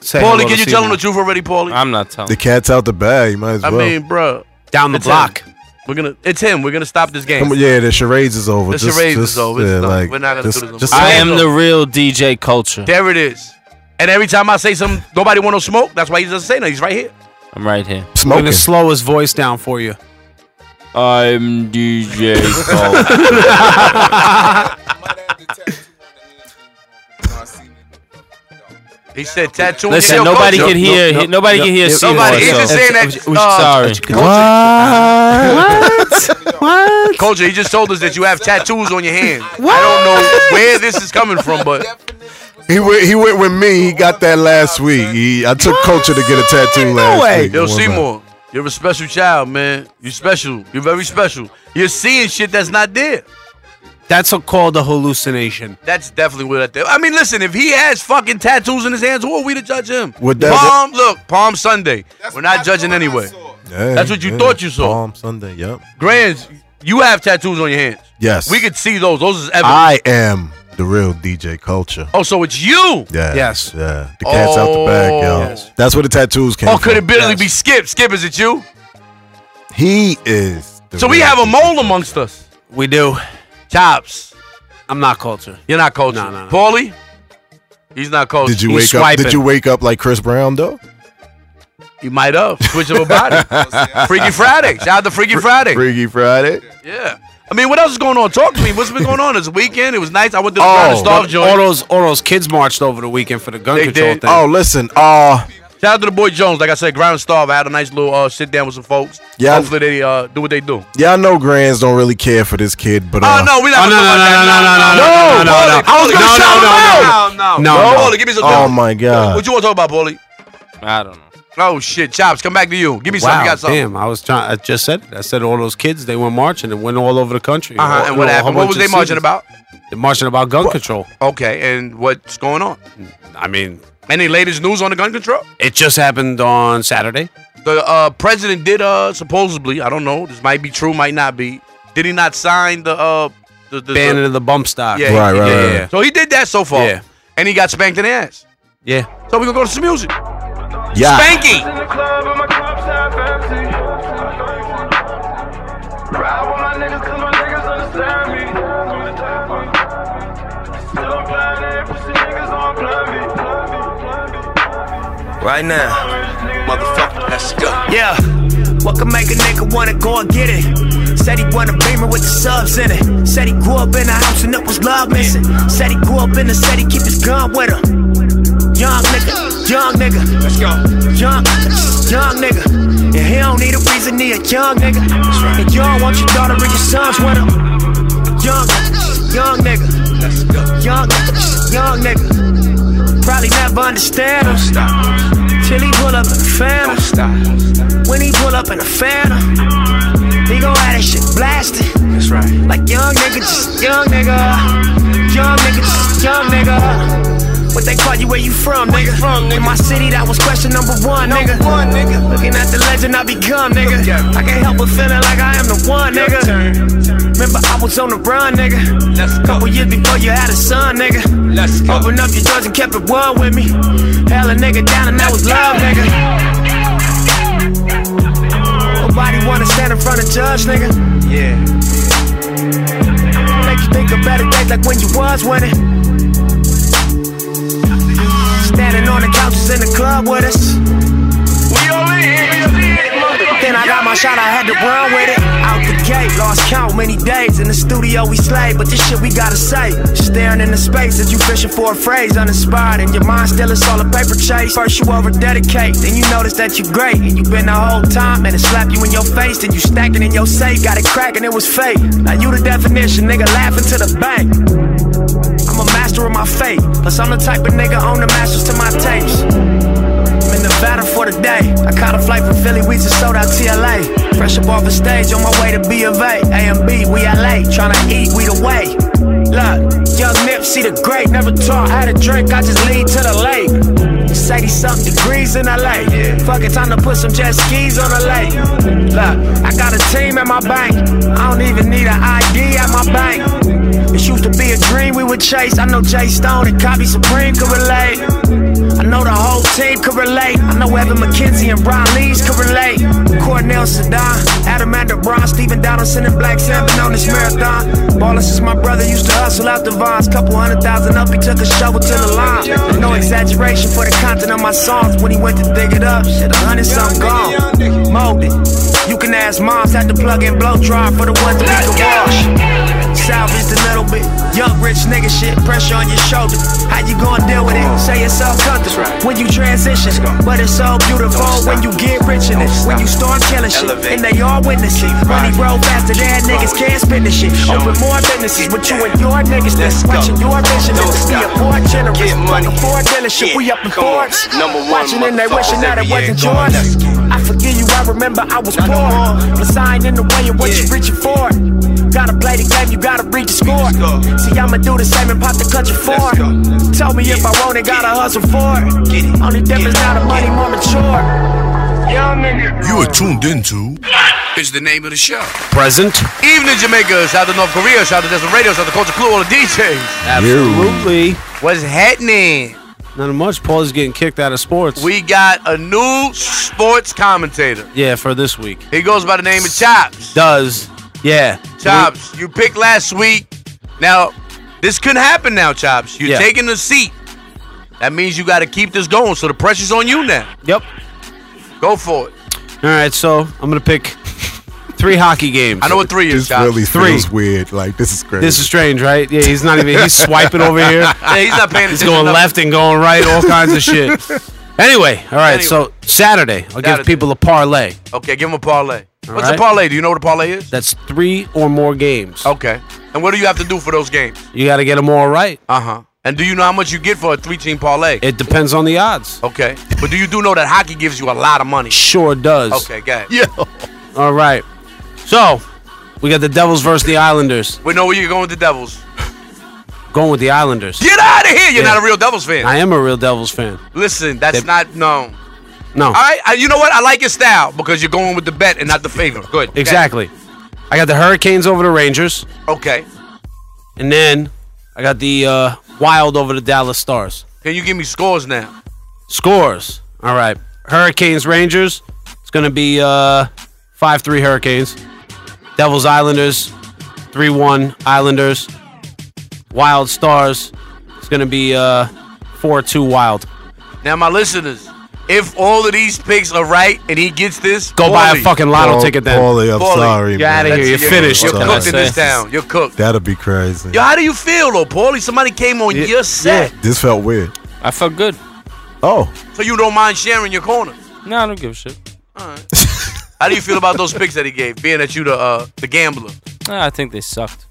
Speaker 4: Say hello
Speaker 5: Paulie,
Speaker 4: to
Speaker 5: can you tell him
Speaker 4: Seymour.
Speaker 5: the truth already, Paulie?
Speaker 7: I'm not telling.
Speaker 6: The cat's out the bag. You might as
Speaker 5: I
Speaker 6: well.
Speaker 5: mean, bruh,
Speaker 4: down the
Speaker 5: It's
Speaker 4: block?
Speaker 5: we're gonna. It's him. We're gonna stop this game.
Speaker 6: Come on, yeah, the charades is over.
Speaker 5: The
Speaker 6: Just-
Speaker 5: charades
Speaker 6: just-
Speaker 5: is over. It's
Speaker 6: yeah,
Speaker 5: done.
Speaker 6: like,
Speaker 5: We're not gonna
Speaker 6: just-
Speaker 5: do this
Speaker 6: just
Speaker 5: no more.
Speaker 7: I
Speaker 6: say
Speaker 7: am
Speaker 6: it.
Speaker 7: the real DJ culture.
Speaker 5: There it is. And every time I say something, nobody want to smoke. That's why he doesn't say nothing. He's right here.
Speaker 7: I'm right here.
Speaker 4: We're going
Speaker 6: smoking.
Speaker 4: to slow his voice down for you.
Speaker 7: I'm DJ culture.
Speaker 5: He said tattoo.
Speaker 7: Listen, nobody could hear. he- nobody could hear. Seymour,
Speaker 5: Nobody- he's
Speaker 7: so-
Speaker 5: just saying that,
Speaker 7: I'm
Speaker 5: uh,
Speaker 7: sorry.
Speaker 6: What? what?
Speaker 5: Culture, he just told us that you have tattoos on your hand. I don't know where this is coming from, but
Speaker 6: He went, he went with me. He got that last week. He, I took Culture to get a tattoo last
Speaker 4: way.
Speaker 6: week.
Speaker 5: yo,
Speaker 6: One time.
Speaker 5: Seymour, you're a special child, man. You're special. You're very special. You're seeing shit that's not there.
Speaker 4: That's a, called a hallucination.
Speaker 5: That's definitely what I think. I mean, listen, if he has fucking tattoos in his hands, who are we to judge him?
Speaker 6: What does it-
Speaker 5: Palm, look, Palm Sunday. We're not judging anyway.
Speaker 6: Yeah,
Speaker 5: That's what you
Speaker 6: yeah.
Speaker 5: thought you saw.
Speaker 6: Palm Sunday, yep.
Speaker 5: Grands, You have tattoos on your hands.
Speaker 6: Yes.
Speaker 5: We could see those. Those is evidence.
Speaker 6: I am the real DJ culture.
Speaker 5: oh, so it's you.
Speaker 6: Yeah.
Speaker 4: Yes.
Speaker 6: Yeah. The cat's out the bag, yo.
Speaker 5: Oh. Yes. Oh,
Speaker 6: That's where the tattoos came
Speaker 5: Or could it
Speaker 6: from.
Speaker 5: literally be Skip? Skip, is it you?
Speaker 6: He is. the
Speaker 5: So we
Speaker 6: real
Speaker 5: have a
Speaker 6: DJ.
Speaker 5: mole amongst us.
Speaker 4: We do.
Speaker 5: Chops.
Speaker 4: I'm not culture.
Speaker 5: You're not coaching.
Speaker 4: No, no, no.
Speaker 5: Paulie? He's not coaching.
Speaker 6: Did you
Speaker 4: He's
Speaker 6: wake up?
Speaker 4: swiping.
Speaker 6: Did you wake up like Chris Brown though?
Speaker 5: You might have. Switch up a body. Freaky Friday. Shout out to Freaky Friday.
Speaker 6: Freaky Friday.
Speaker 5: yeah. I mean, what else is going on? Talk to me. What's been going on this weekend? It was nice. I went to the
Speaker 6: Oh,
Speaker 5: Brown and Starve
Speaker 4: all
Speaker 5: joint.
Speaker 4: those all those kids marched over the weekend for the gun
Speaker 5: They
Speaker 4: control
Speaker 5: did.
Speaker 4: thing.
Speaker 6: Oh, listen. Uh
Speaker 5: Shout out to the boy Jones. Like I said, Ground and Starve. I had a nice little uh, sit down with some folks.
Speaker 6: Yeah.
Speaker 5: Hopefully they uh, do what they do.
Speaker 6: y'all know grands don't really care for this kid, but uh,
Speaker 5: oh, no. We're
Speaker 4: Oh,
Speaker 5: not
Speaker 4: no, no,
Speaker 5: going to
Speaker 4: no,
Speaker 5: talk about that.
Speaker 4: no, no, no, no, no, no, no. No, no, no, no.
Speaker 5: I was going to shout him out. No,
Speaker 4: No, no.
Speaker 5: Paulie, give me some.
Speaker 6: Oh my
Speaker 5: What
Speaker 6: god.
Speaker 5: you want to talk about, Paulie?
Speaker 7: I don't know.
Speaker 5: Oh, shit. Chops, come back to you. Give me something.
Speaker 4: Wow,
Speaker 5: You got something.
Speaker 4: damn! I was trying. I just said it. I said all those kids they went marching and went all over the country.
Speaker 5: Uh-huh.
Speaker 4: All-
Speaker 5: And what
Speaker 4: all- a
Speaker 5: happened?
Speaker 4: whole
Speaker 5: What
Speaker 4: bunch
Speaker 5: was
Speaker 4: of
Speaker 5: they marching
Speaker 4: cities.
Speaker 5: about?
Speaker 4: They're marching about gun control.
Speaker 5: Okay. And what's going on?
Speaker 4: I mean,
Speaker 5: Any latest news on the gun control?
Speaker 4: it just happened on Saturday.
Speaker 5: The uh, president did uh, supposedly, I don't know, this might be true, might not be. Did he not sign the uh, the, the,
Speaker 4: Banning of the bump stock.
Speaker 5: Yeah,
Speaker 6: Right,
Speaker 5: he-
Speaker 6: right,
Speaker 5: yeah,
Speaker 6: right,
Speaker 5: yeah.
Speaker 6: right.
Speaker 5: So he did that so far.
Speaker 4: Yeah.
Speaker 5: And he got spanked in the ass.
Speaker 4: yeah.
Speaker 5: So we gonna go to some music.
Speaker 6: Yeah.
Speaker 5: Spanky.
Speaker 2: Right now.
Speaker 8: Motherfucker, let's go.
Speaker 2: Yeah. What could make a nigga wanna go and get it? Said he wanna beamer with the subs in it. Said he grew up in a house and it was love missing. Said he grew up in the city, keep his gun with him. Young nigga, young nigga. Let's go. Young, young nigga. And he don't need a reason, he a young nigga. And you don't want your daughter and your sons with him. Young, young nigga. Let's go. Young, young nigga. Probably never understand him. Till he pull up in the phantom. When he pull up in the phantom, he gon' have that shit blasted. That's right. Like young nigga, just young nigga. Young nigga, just young nigga. What they call you, where you from, nigga? In my city, that was question number one, nigga. One, nigga. Looking at the legend I become, nigga. I can't help but feeling like I am the one, nigga. Remember, I was on the run, nigga. Couple years before you had a son, nigga. Let's go. Open up your doors and kept it one with me. Hell a nigga down and that was love, nigga. Nobody wanna stand in front of judge, nigga. Yeah. Make you think of better days like when you was winning. Standing on the couches in the club with us. Then I got my shot, I had to run with it. Out the gate, lost count many days. In the studio, we slayed, but this shit we gotta say. Staring into space as you fishing for a phrase, uninspired. And your mind still is all a paper chase. First, you over dedicate, then you notice that you're great. And you've been the whole time, and it slapped you in your face. Then you stacked it in your safe, got it cracking, it was fake. Now you the definition, nigga, laughing to the bank. I'm a master of my fate, plus I'm the type of nigga own the masters to my tapes. I'm in Nevada for the day. I caught a flight from Philly, we just sold out TLA. Fresh up off the stage, on my way to B of A. A and B, we LA, tryna eat, we the way. Look, young Nipsey the great, never taught how to drink, I just lead to the lake. 80 something degrees in LA. Fuck it, time to put some jet skis on the lake. Look, I got a team at my bank. I don't even need an ID at my bank. It used to be a dream we would chase. I know Jay Stone and Copy Supreme could relate. I know the whole team could relate. I know Evan McKenzie and Brian Lees could relate. Cornell Sedan, Adam Brown, Stephen Donaldson, and Black Salmon on this marathon. Ballin' since my brother used to hustle out the vines. Couple hundred thousand up, he took a shovel to the line. No exaggeration for the content of my songs. When he went to dig it up, shit, a hundred something gone. Molded. You can ask moms at the plug and blow dryer for the ones that we can wash. Salvage the little bit. Young rich nigga shit, pressure on your shoulder. How you gonna deal with it? Say it's all comfortable when you transition. But it's so beautiful when you get rich in it. When you start killing shit, and they all witness it. Money roll faster than niggas can't spin this shit. Open more businesses with you and your niggas. That's watching your vision. If we a poor generous, like a Ford dealership. We up in Forbes. Watching and they wishing that it wasn't yours. I forgive you, I remember I was poor. But I ain't in the way of what you reaching for. Gotta play the game, you gotta reach the score. See, I'ma do the same and pop the country four. Tell me if I want it, gotta hustle for it. Only difference now the money more mature. Young nigga.
Speaker 9: You are tuned into
Speaker 3: is the name of the show.
Speaker 4: Present.
Speaker 5: Even in Jamaica, shout out to North Korea, shout out to Desert Radio, shout out to Culture Clue, all the DJs.
Speaker 4: Absolutely.
Speaker 5: What's happening?
Speaker 4: Not much. Paul is getting kicked out of sports.
Speaker 5: We got a new sports commentator.
Speaker 4: yeah, for this week.
Speaker 5: He goes by the name of Chops.
Speaker 4: Does. Yeah.
Speaker 5: Chops, you picked last week. Now, this couldn't happen now, Chops. You're
Speaker 4: Yeah.
Speaker 5: taking the seat. That means you got to keep this going. So the pressure's on you now.
Speaker 4: Yep.
Speaker 5: Go for it.
Speaker 4: All right, so I'm going to pick three hockey games.
Speaker 5: I know what three is,
Speaker 6: This
Speaker 5: Chops.
Speaker 6: really
Speaker 4: Three.
Speaker 6: feels weird. Like this is crazy.
Speaker 4: This is strange, right? Yeah, he's not even. He's swiping over here.
Speaker 5: Yeah, he's not paying
Speaker 4: He's
Speaker 5: attention.
Speaker 4: going
Speaker 5: Nothing.
Speaker 4: left and going right, all kinds of shit. Anyway, all right.
Speaker 5: Anyway.
Speaker 4: So Saturday, I'll
Speaker 5: Saturday.
Speaker 4: give people a parlay.
Speaker 5: Okay, give him a parlay. What's a
Speaker 4: right.
Speaker 5: parlay? Do you know what a parlay is?
Speaker 4: That's three or more games.
Speaker 5: Okay. And what do you have to do for those games?
Speaker 4: You got to get them all right.
Speaker 5: Uh huh. And do you know how much you get for a three team parlay?
Speaker 4: It depends on the odds.
Speaker 5: Okay. But do you do know that hockey gives you a lot of money?
Speaker 4: Sure does.
Speaker 5: Okay, guys.
Speaker 6: Yo.
Speaker 4: All right. So we got the Devils versus the Islanders.
Speaker 5: We know where you're going with the Devils.
Speaker 4: Going with the Islanders.
Speaker 5: Get out of here! You're
Speaker 4: Yeah.
Speaker 5: not a real Devils fan.
Speaker 4: I am a real Devils fan.
Speaker 5: Listen, that's
Speaker 4: They-
Speaker 5: not known.
Speaker 4: No,
Speaker 5: All right, I, you know what? I like your style because you're going with the bet and not the favor. Good. Okay.
Speaker 4: exactly. I got the Hurricanes over the Rangers,
Speaker 5: Okay.
Speaker 4: and then I got the uh, Wild over the Dallas Stars.
Speaker 5: Can you give me scores now?
Speaker 4: Scores. All right. Hurricanes Rangers. It's gonna be uh five three Hurricanes. Devils Islanders. Three one Islanders. Wild Stars. It's gonna be uh four two Wild.
Speaker 5: Now, my listeners, if all of these picks are right and he gets this,
Speaker 4: Go buy
Speaker 5: Paulie,
Speaker 4: a fucking lotto
Speaker 6: Paul-
Speaker 4: ticket then.
Speaker 6: Paulie, I'm
Speaker 5: Paulie,
Speaker 6: sorry,
Speaker 4: Get
Speaker 6: man.
Speaker 4: outta here. You're
Speaker 5: you're-
Speaker 4: finished.
Speaker 5: You're
Speaker 6: Sorry.
Speaker 5: cooked in this
Speaker 7: Sorry.
Speaker 5: town. You're cooked.
Speaker 6: That'll be crazy.
Speaker 5: Yo, how do you feel though, Paulie? Somebody came on your set,
Speaker 6: This felt weird.
Speaker 7: I felt good.
Speaker 6: Oh,
Speaker 5: so you don't mind sharing your corner.
Speaker 7: No, I don't give a shit.
Speaker 5: How do you feel about those picks that he gave? Being that you the uh, the gambler.
Speaker 7: Nah, I think they sucked.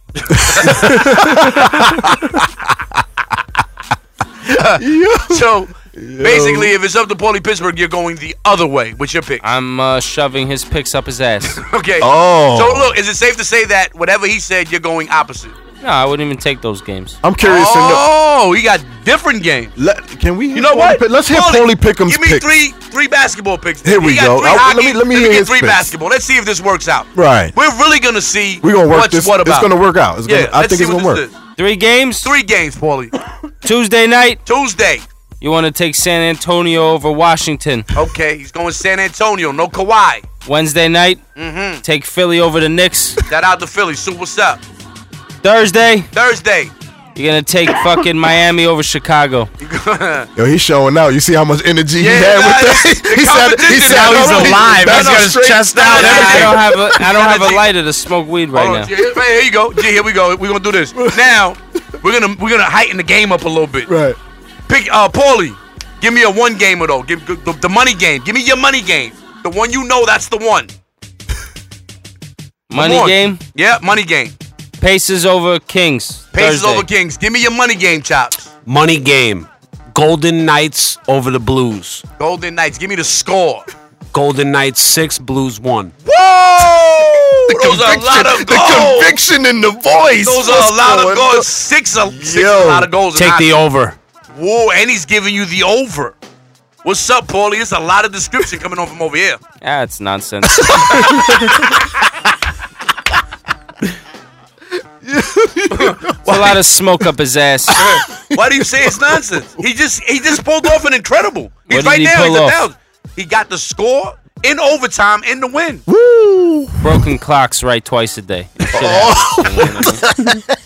Speaker 5: So basically, if it's up to Paulie Pittsburgh, you're going the other way with your pick.
Speaker 7: I'm uh, shoving his picks up his ass.
Speaker 5: Okay.
Speaker 6: Oh.
Speaker 5: So look, is it safe to say that whatever he said, you're going opposite?
Speaker 7: no, I wouldn't even take those games.
Speaker 6: I'm curious to know.
Speaker 5: Oh, he got different games.
Speaker 6: Let, can we?
Speaker 5: You know what?
Speaker 6: Let's hear Paulie
Speaker 5: Paulie,
Speaker 6: Pickham's
Speaker 5: Give me
Speaker 6: picks.
Speaker 5: three three basketball picks.
Speaker 6: Here we
Speaker 5: He got
Speaker 6: go.
Speaker 5: Three
Speaker 6: I-
Speaker 5: hockey,
Speaker 6: let me- let me hear
Speaker 5: get
Speaker 6: his
Speaker 5: three
Speaker 6: picks.
Speaker 5: basketball. Let's see if this works out.
Speaker 6: Right.
Speaker 5: We're really gonna see.
Speaker 6: We're gonna work
Speaker 5: what's
Speaker 6: this.
Speaker 5: What about?
Speaker 6: It's gonna work out. It's gonna,
Speaker 5: Yeah,
Speaker 6: I
Speaker 5: let's
Speaker 6: think
Speaker 5: see
Speaker 6: it's
Speaker 5: what
Speaker 6: gonna work.
Speaker 5: this is.
Speaker 7: Three games.
Speaker 5: Oh! Three games, Paulie.
Speaker 7: Tuesday night.
Speaker 5: Tuesday.
Speaker 7: You want to take San Antonio over Washington.
Speaker 5: Okay, he's going San Antonio. No Kawhi.
Speaker 7: Wednesday night.
Speaker 5: Hmm.
Speaker 7: Mm-hmm. Take Philly over the Knicks.
Speaker 5: Shout out to Philly. Sue, what's up?
Speaker 7: Thursday.
Speaker 5: Thursday.
Speaker 7: You're gonna take fucking Miami over Chicago.
Speaker 6: Yo, he's showing out. You see how much energy
Speaker 5: Yeah,
Speaker 6: he had
Speaker 5: nah,
Speaker 6: with
Speaker 5: it's-
Speaker 6: that.
Speaker 5: the competition
Speaker 6: sat
Speaker 5: is
Speaker 6: up.
Speaker 5: already-
Speaker 6: Back
Speaker 5: He's got
Speaker 6: up
Speaker 5: his
Speaker 6: straight.
Speaker 5: chest out,
Speaker 6: Nah,
Speaker 7: I
Speaker 5: everything.
Speaker 7: don't have a I don't have
Speaker 5: Energy.
Speaker 7: a lighter to smoke weed right
Speaker 5: Hold on,
Speaker 7: now.
Speaker 5: G. Hey, here you go. G, here we go. We're gonna do this. Now we're gonna we're gonna heighten the game up a little bit.
Speaker 6: Right.
Speaker 5: Pick uh Paulie. Give me a one gamer though. Give give- the, the money game. Give me your money game. The one you know that's the one. Come
Speaker 7: Money
Speaker 5: on.
Speaker 7: game.
Speaker 5: Yeah, money game.
Speaker 7: Pacers over Kings.
Speaker 5: Pacers
Speaker 7: Thursday.
Speaker 5: over Kings. Give me your money game, chops.
Speaker 4: Money game. Golden Knights over the Blues.
Speaker 5: Golden Knights. Give me the score.
Speaker 4: Golden Knights six, Blues one.
Speaker 5: Whoa! Those are a lot
Speaker 6: Conviction.
Speaker 5: of
Speaker 6: The
Speaker 5: goals.
Speaker 6: conviction in the voice.
Speaker 5: Those
Speaker 6: What's
Speaker 5: are a lot of
Speaker 6: going
Speaker 5: goals. Six, a, six is
Speaker 6: Yo.
Speaker 5: a lot of goals. in
Speaker 4: Take
Speaker 5: hockey.
Speaker 4: the over.
Speaker 5: Whoa, and he's giving you the over. What's up, Paulie? It's a lot of description coming on from over here.
Speaker 7: Ah, it's nonsense. it's a lot of smoke up his ass.
Speaker 5: Why do you say it's nonsense? He just he just pulled off an incredible.
Speaker 7: What
Speaker 5: He's
Speaker 7: did
Speaker 5: right
Speaker 7: he
Speaker 5: now. He's
Speaker 7: pull
Speaker 5: a
Speaker 7: off?
Speaker 5: thousand. He got the score in overtime in the win.
Speaker 7: Broken clocks right twice a day. It should happen,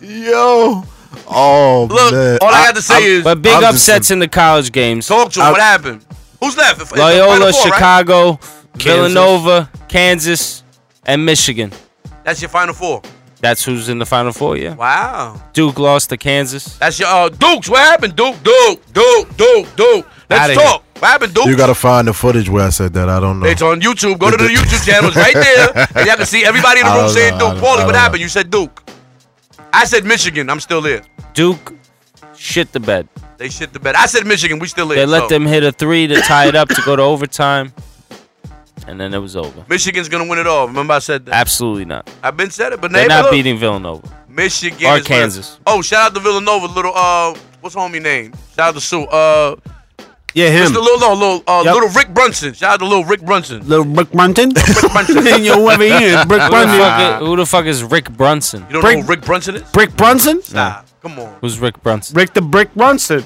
Speaker 7: you know what I
Speaker 6: Oh. Yo.
Speaker 7: mean?
Speaker 6: Oh
Speaker 5: Look,
Speaker 6: man.
Speaker 5: all I, had to say is
Speaker 7: But big
Speaker 6: I'm just-
Speaker 7: upsets in the college games.
Speaker 5: talk to him. what happened? Who's left? If- if-
Speaker 7: Uh, Loyola,
Speaker 5: final four, right?
Speaker 7: Chicago, Villanova, Kansas, and Michigan.
Speaker 5: That's your final four.
Speaker 7: That's who's in the Final Four, yeah.
Speaker 5: Wow.
Speaker 7: Duke lost to Kansas.
Speaker 5: That's your uh, Dukes. What happened, Duke? Duke, Duke, Duke, Duke. Let's
Speaker 4: Outta
Speaker 5: talk. What happened, Duke?
Speaker 6: you gotta find the footage where I said that. I don't know.
Speaker 5: It's on YouTube. Go to the YouTube channel. It's right there. And y'all can see everybody in the
Speaker 6: I
Speaker 5: room
Speaker 6: don't
Speaker 5: saying
Speaker 6: know, I
Speaker 5: Duke.
Speaker 6: don't- I
Speaker 5: Paulie,
Speaker 6: don't
Speaker 5: what
Speaker 6: know.
Speaker 5: happened? You said Duke. I said Michigan. I'm still there.
Speaker 7: Duke shit the bed.
Speaker 5: They shit the bed. I said Michigan. We still there.
Speaker 7: They
Speaker 5: so
Speaker 7: let them hit a three to tie it up to go to overtime, and then it was over.
Speaker 5: Michigan's gonna win it all. Remember I said that.
Speaker 7: Absolutely not.
Speaker 5: I've been said it, but
Speaker 7: They're
Speaker 5: neighbor,
Speaker 7: not
Speaker 5: look,
Speaker 7: beating Villanova.
Speaker 5: Michigan
Speaker 7: or
Speaker 5: is winning.
Speaker 7: Kansas.
Speaker 5: Oh, shout out to Villanova. Little uh, what's homie name? Shout out to Sue. Uh,
Speaker 4: Yeah, him.
Speaker 5: Mr. Lil, no, Lil, uh,
Speaker 4: Yep.
Speaker 5: little Rick Brunson. Shout out to little Rick Brunson.
Speaker 4: Little Brick Brunton.
Speaker 5: Rick Brunson. you
Speaker 4: Yo, whoever he is, Brick
Speaker 7: Who the, fuck
Speaker 4: Brunton.
Speaker 7: is, who the fuck is Rick Brunson?
Speaker 5: don't
Speaker 4: Rick-
Speaker 5: know who Rick Brunson is?
Speaker 4: Brick Brunson?
Speaker 5: Stop. Come on,
Speaker 7: Who's Rick Brunson?
Speaker 4: Rick the Brick Brunson.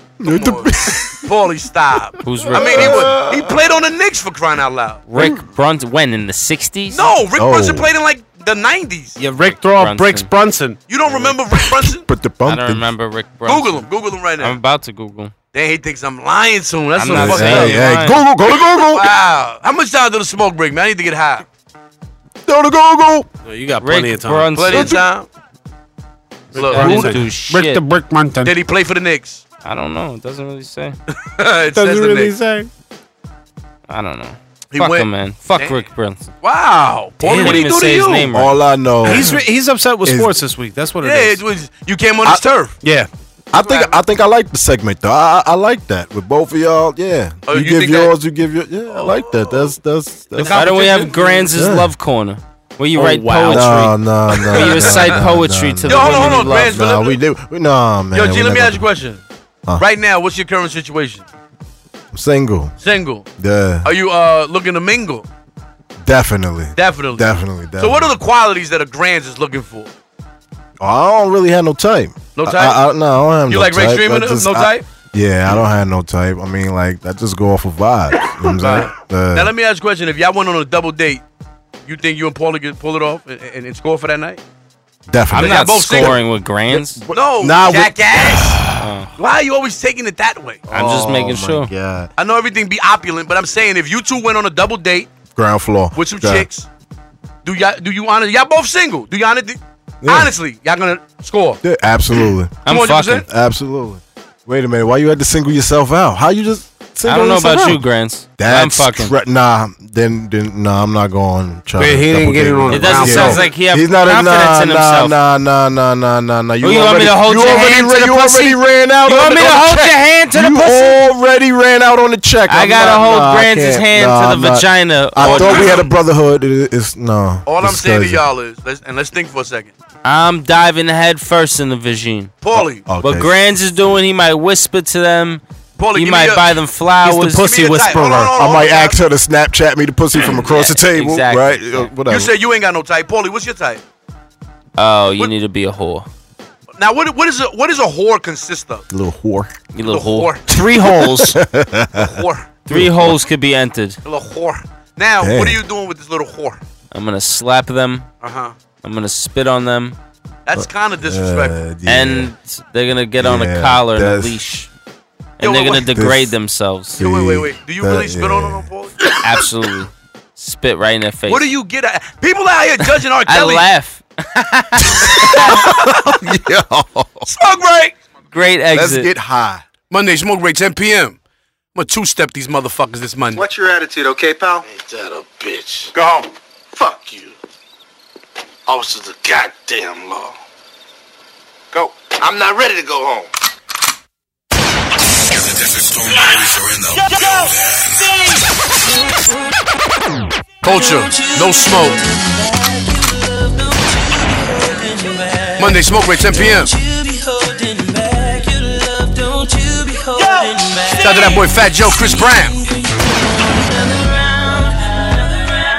Speaker 5: Paulie, stop.
Speaker 7: Who's Rick
Speaker 5: I mean, he, was, he played on the Knicks for crying out loud.
Speaker 7: Rick Brunson? When in the '60s?
Speaker 5: No, Rick
Speaker 6: Oh.
Speaker 5: Brunson played in like the '90s.
Speaker 4: Yeah, Rick throw up
Speaker 7: Brunson.
Speaker 4: bricks Brunson.
Speaker 5: You don't remember Rick Brunson?
Speaker 6: But the
Speaker 7: I
Speaker 6: bump.
Speaker 7: don't remember Rick Brunson.
Speaker 5: Google him. Google him right now.
Speaker 7: I'm about to Google. him.
Speaker 5: Then he thinks I'm lying soon. That's
Speaker 7: I'm
Speaker 5: so
Speaker 7: not
Speaker 5: fucked
Speaker 6: Hey,
Speaker 7: saying.
Speaker 5: up.
Speaker 6: hey, go, go, go, go,
Speaker 5: Wow. How much time to the smoke break, man? I need to get high.
Speaker 6: go, go, go, go.
Speaker 4: you got plenty
Speaker 7: Rick
Speaker 4: of time.
Speaker 5: Plenty
Speaker 7: Brunson.
Speaker 5: of time. Look,
Speaker 7: Brunson.
Speaker 5: who-
Speaker 7: do
Speaker 4: Rick the
Speaker 7: shit.
Speaker 4: Brick Brunton.
Speaker 5: did he play for the Knicks?
Speaker 7: I don't know. It doesn't really say.
Speaker 5: it says the Knicks.
Speaker 4: say?
Speaker 7: I don't know.
Speaker 5: He
Speaker 7: Fuck
Speaker 5: went-
Speaker 7: him, man. Fuck
Speaker 5: Damn.
Speaker 7: Rick Brunson.
Speaker 5: Wow. Paul,
Speaker 7: Didn't
Speaker 5: what he
Speaker 7: even
Speaker 5: do to
Speaker 7: say his
Speaker 5: you?
Speaker 7: name right.
Speaker 6: All I know,
Speaker 4: He's re- he's upset with
Speaker 6: Is-
Speaker 4: sports this week. That's what it
Speaker 5: Yeah,
Speaker 4: is.
Speaker 5: it was, you came on his turf.
Speaker 4: Yeah.
Speaker 6: I think I think I like the segment though. I, I I like that with both of y'all. Yeah,
Speaker 5: Oh,
Speaker 6: you,
Speaker 5: you
Speaker 6: give
Speaker 5: think
Speaker 6: yours, you give your. Yeah, I like that. That's that's. that's
Speaker 7: Why don't we have Grands'
Speaker 6: Yeah. Oh,
Speaker 7: love corner where you write
Speaker 4: wow.
Speaker 7: poetry?
Speaker 6: no, no, no.
Speaker 7: Where you
Speaker 6: no,
Speaker 7: recite
Speaker 6: no,
Speaker 7: poetry
Speaker 6: no,
Speaker 7: to
Speaker 5: Oh, Yo,
Speaker 7: the
Speaker 5: hold on,
Speaker 7: women
Speaker 5: hold
Speaker 7: you love.
Speaker 5: on, Grants.
Speaker 6: No, we do. We, no, man.
Speaker 5: Yo, G,
Speaker 6: we're
Speaker 5: let me
Speaker 6: not
Speaker 5: ask you a question.
Speaker 6: Huh.
Speaker 5: Right now, what's your current situation?
Speaker 6: gonna- Single.
Speaker 5: Single.
Speaker 6: Yeah,
Speaker 5: Are you uh looking to mingle?
Speaker 6: definitely.
Speaker 5: Definitely.
Speaker 6: Definitely, definitely.
Speaker 5: So what are the qualities that a Grands is looking for?
Speaker 6: I don't really have no type.
Speaker 5: No
Speaker 6: I-
Speaker 5: type?
Speaker 6: I, I, no, I don't have
Speaker 5: You
Speaker 6: no
Speaker 5: like
Speaker 6: type.
Speaker 5: Ray Streamer?
Speaker 6: I just-
Speaker 5: No
Speaker 6: I-
Speaker 5: type?
Speaker 6: Yeah, I don't have no type. I mean, like, I just go off of vibes. You know what I'm saying? Uh,
Speaker 5: Now let me ask you a question. If y'all went on a double date, you think you and Paula could pull it off and, and, and score for that night?
Speaker 6: definitely.
Speaker 7: I'm not
Speaker 5: both single.
Speaker 7: scoring with Grands.
Speaker 5: No,
Speaker 6: Nah, we-
Speaker 5: jackass. Why are you always taking it that way?
Speaker 7: I'm
Speaker 6: Oh
Speaker 7: just making sure.
Speaker 6: Yeah.
Speaker 5: I know everything be opulent, but I'm saying if you two went on a double date
Speaker 6: Ground floor.
Speaker 5: with some
Speaker 6: Yeah.
Speaker 5: chicks, do y'all do you honor y'all both single? Do y'all honor,
Speaker 6: Yeah.
Speaker 5: honestly y'all gonna score?
Speaker 6: Yeah, absolutely.
Speaker 7: I'm
Speaker 5: 200%?
Speaker 7: fucking.
Speaker 6: Absolutely. Wait a minute. Why you had to single yourself out? How you just single
Speaker 7: I don't know
Speaker 6: yourself
Speaker 7: about
Speaker 6: out?
Speaker 7: you, Grants. I'm
Speaker 6: That's
Speaker 7: fucking.
Speaker 6: cra- nah, then, then nah, I'm not going. Try
Speaker 4: Wait,
Speaker 6: to
Speaker 4: he didn't
Speaker 6: double
Speaker 4: get
Speaker 6: date
Speaker 4: it on
Speaker 6: with
Speaker 7: It
Speaker 6: her.
Speaker 7: doesn't
Speaker 6: Yeah.
Speaker 7: sounds like he have
Speaker 6: He's not
Speaker 7: confidence
Speaker 6: a, nah,
Speaker 7: in himself.
Speaker 6: Nah, nah, nah, nah, nah, nah. You,
Speaker 7: Oh, you want
Speaker 6: already,
Speaker 7: me to hold
Speaker 6: you
Speaker 7: your
Speaker 6: already,
Speaker 7: hand to
Speaker 6: ran-
Speaker 7: the
Speaker 6: you already
Speaker 7: pussy?
Speaker 6: ran out.
Speaker 7: You
Speaker 6: on
Speaker 7: want
Speaker 6: the-
Speaker 7: me to
Speaker 6: on the
Speaker 7: hold
Speaker 6: check.
Speaker 7: your hand to the
Speaker 6: You
Speaker 7: pussy?
Speaker 6: already ran out on the check.
Speaker 7: I
Speaker 6: I'm
Speaker 7: gotta
Speaker 6: not-
Speaker 7: hold
Speaker 6: nah, I
Speaker 7: Grants'
Speaker 6: can't.
Speaker 7: hand
Speaker 6: Nah,
Speaker 7: to
Speaker 6: I'm
Speaker 7: the
Speaker 6: not-
Speaker 7: vagina.
Speaker 6: I
Speaker 7: or-
Speaker 6: thought we had a brotherhood. It- It's no.
Speaker 5: All I'm
Speaker 6: it's
Speaker 5: saying to
Speaker 6: crazy.
Speaker 5: y'all is, let's, and let's think for a second.
Speaker 7: I'm diving head first in the vagine.
Speaker 5: Paulie,
Speaker 6: Oh, Okay.
Speaker 7: What Grands is doing, he might whisper to them.
Speaker 5: Paulie,
Speaker 7: He
Speaker 5: give
Speaker 7: might
Speaker 5: me a,
Speaker 7: buy them flowers.
Speaker 4: He's the pussy
Speaker 5: give me a type. Hold on,
Speaker 4: whisperer.
Speaker 5: hold on,
Speaker 6: I
Speaker 5: hold
Speaker 6: might
Speaker 5: on.
Speaker 6: ask her to Snapchat me the pussy from across the
Speaker 7: Yeah,
Speaker 6: table,
Speaker 7: exactly.
Speaker 6: right? Uh, Whatever.
Speaker 5: You said you ain't got no type. Paulie, what's your type?
Speaker 7: Oh, you
Speaker 5: What-
Speaker 7: need to be a whore.
Speaker 5: Now, what what is a what does a whore consist of?
Speaker 6: little whore.
Speaker 7: You little
Speaker 5: Little
Speaker 7: whore.
Speaker 5: whore.
Speaker 7: Three holes.
Speaker 5: A whore,
Speaker 7: Three holes could be entered.
Speaker 5: a little whore. Now, what
Speaker 6: Damn.
Speaker 5: are you doing with this little whore?
Speaker 7: I'm gonna slap them.
Speaker 5: Uh huh.
Speaker 7: I'm gonna spit on them,
Speaker 5: That's kind of disrespectful.
Speaker 6: Uh, yeah.
Speaker 7: and they're gonna get on a
Speaker 6: Yeah,
Speaker 7: collar and a
Speaker 6: that's-
Speaker 7: leash, and
Speaker 5: Yo,
Speaker 7: they're
Speaker 5: wait,
Speaker 7: gonna
Speaker 5: wait.
Speaker 7: degrade
Speaker 6: This-
Speaker 7: themselves.
Speaker 5: Yo, wait, wait, wait. Do you
Speaker 6: That-
Speaker 5: really spit on
Speaker 6: yeah.
Speaker 5: him, Paulie?
Speaker 7: Absolutely, spit right in their face.
Speaker 5: What do you get? At? People out here judging R.
Speaker 7: I
Speaker 5: Kelly.
Speaker 7: laugh.
Speaker 5: Smoke break.
Speaker 7: Great
Speaker 6: Let's
Speaker 7: exit.
Speaker 6: get high.
Speaker 5: Monday smoke break, 10 p.m. I'm gonna two step these motherfuckers this Monday.
Speaker 10: What's your attitude, okay, pal?
Speaker 8: Ain't that a bitch?
Speaker 10: Go home.
Speaker 8: Fuck you. Officer, the goddamn law.
Speaker 10: Go.
Speaker 8: I'm not ready to go home.
Speaker 9: The Desert Storm Boys are in the
Speaker 5: Culture, no smoke. Monday smoke break, 10 p.m. Shout out to that boy Fat Joe, Chris Brown.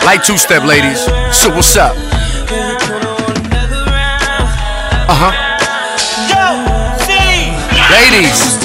Speaker 5: Light two step, ladies. So what's up? Uh huh. Ladies.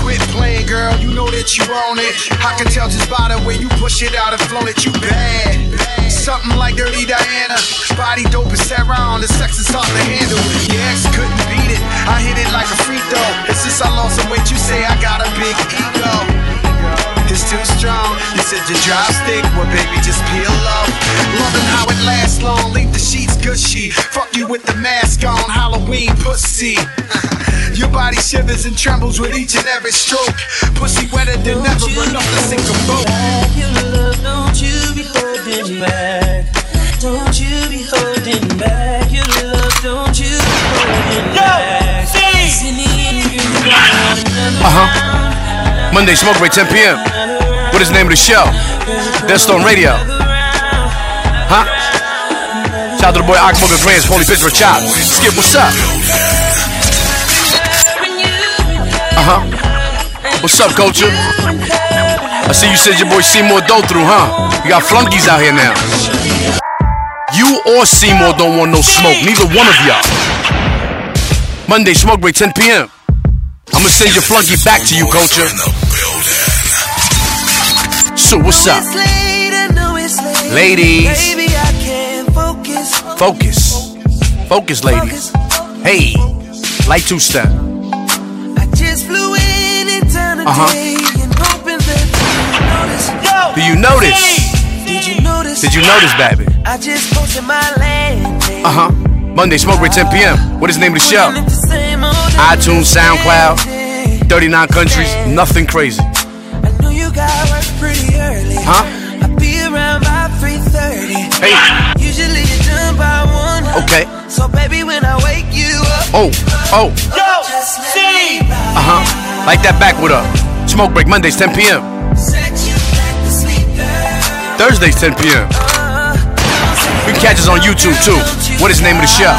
Speaker 10: Quit playing, girl. You know that you own it. I can tell just by the way you push it out and flown it. You bad. Something like Dirty Diana. Body dope is set round. The sex is hard to handle. Your ex couldn't beat it. I hit it like a free throw. And since I lost some weight, you say I got a big ego. It's too strong. You said you drive stick, well, baby, just peel off. Loving how it lasts long. Leave the sheets gushy. Fuck you with the mask on. Halloween pussy. Your body shivers and trembles with each and every stroke. Pussy wetter than ever. Run off the single boat.
Speaker 11: Don't you be holding back. Don't you be holding back your
Speaker 5: Uh huh. Monday, smoke break, 10 p.m. What is the name of the show? Death Storm Radio. Huh? Shout out to the boy Oxmoke and Brands, Pony Pittsburgh Chop. Skip, what's up? Uh huh. What's up, culture? I see you said your boy Seymour Doe through, huh? You got flunkies out here now. You or Seymour don't want no smoke, neither one of y'all. Monday, smoke break, 10 p.m. I'm gonna send your flunky back to you, culture. So, what's up? Ladies. Focus. Focus, ladies. Hey, light two step.
Speaker 11: Uh-huh.
Speaker 5: Do you notice?
Speaker 11: Did you notice?
Speaker 5: Did you notice, baby?
Speaker 11: I just posted my landing.
Speaker 5: Uh huh. Monday, smoke break, 10 p.m. What is the name of the show? iTunes, SoundCloud, 39 countries, nothing crazy.
Speaker 11: I knew you got work pretty early.
Speaker 5: Huh?
Speaker 11: I'll be around by 3:30.
Speaker 5: Hey.
Speaker 11: Usually you're done by one.
Speaker 5: Okay.
Speaker 11: So baby, when I wake you up,
Speaker 5: Oh, oh,
Speaker 11: just let me
Speaker 5: uh huh. Like that back with her. Smoke break, Mondays, 10 p.m.
Speaker 11: set you back to sleep, girl.
Speaker 5: Thursdays, 10 p.m. You can catch us on YouTube too. What is the name of the show?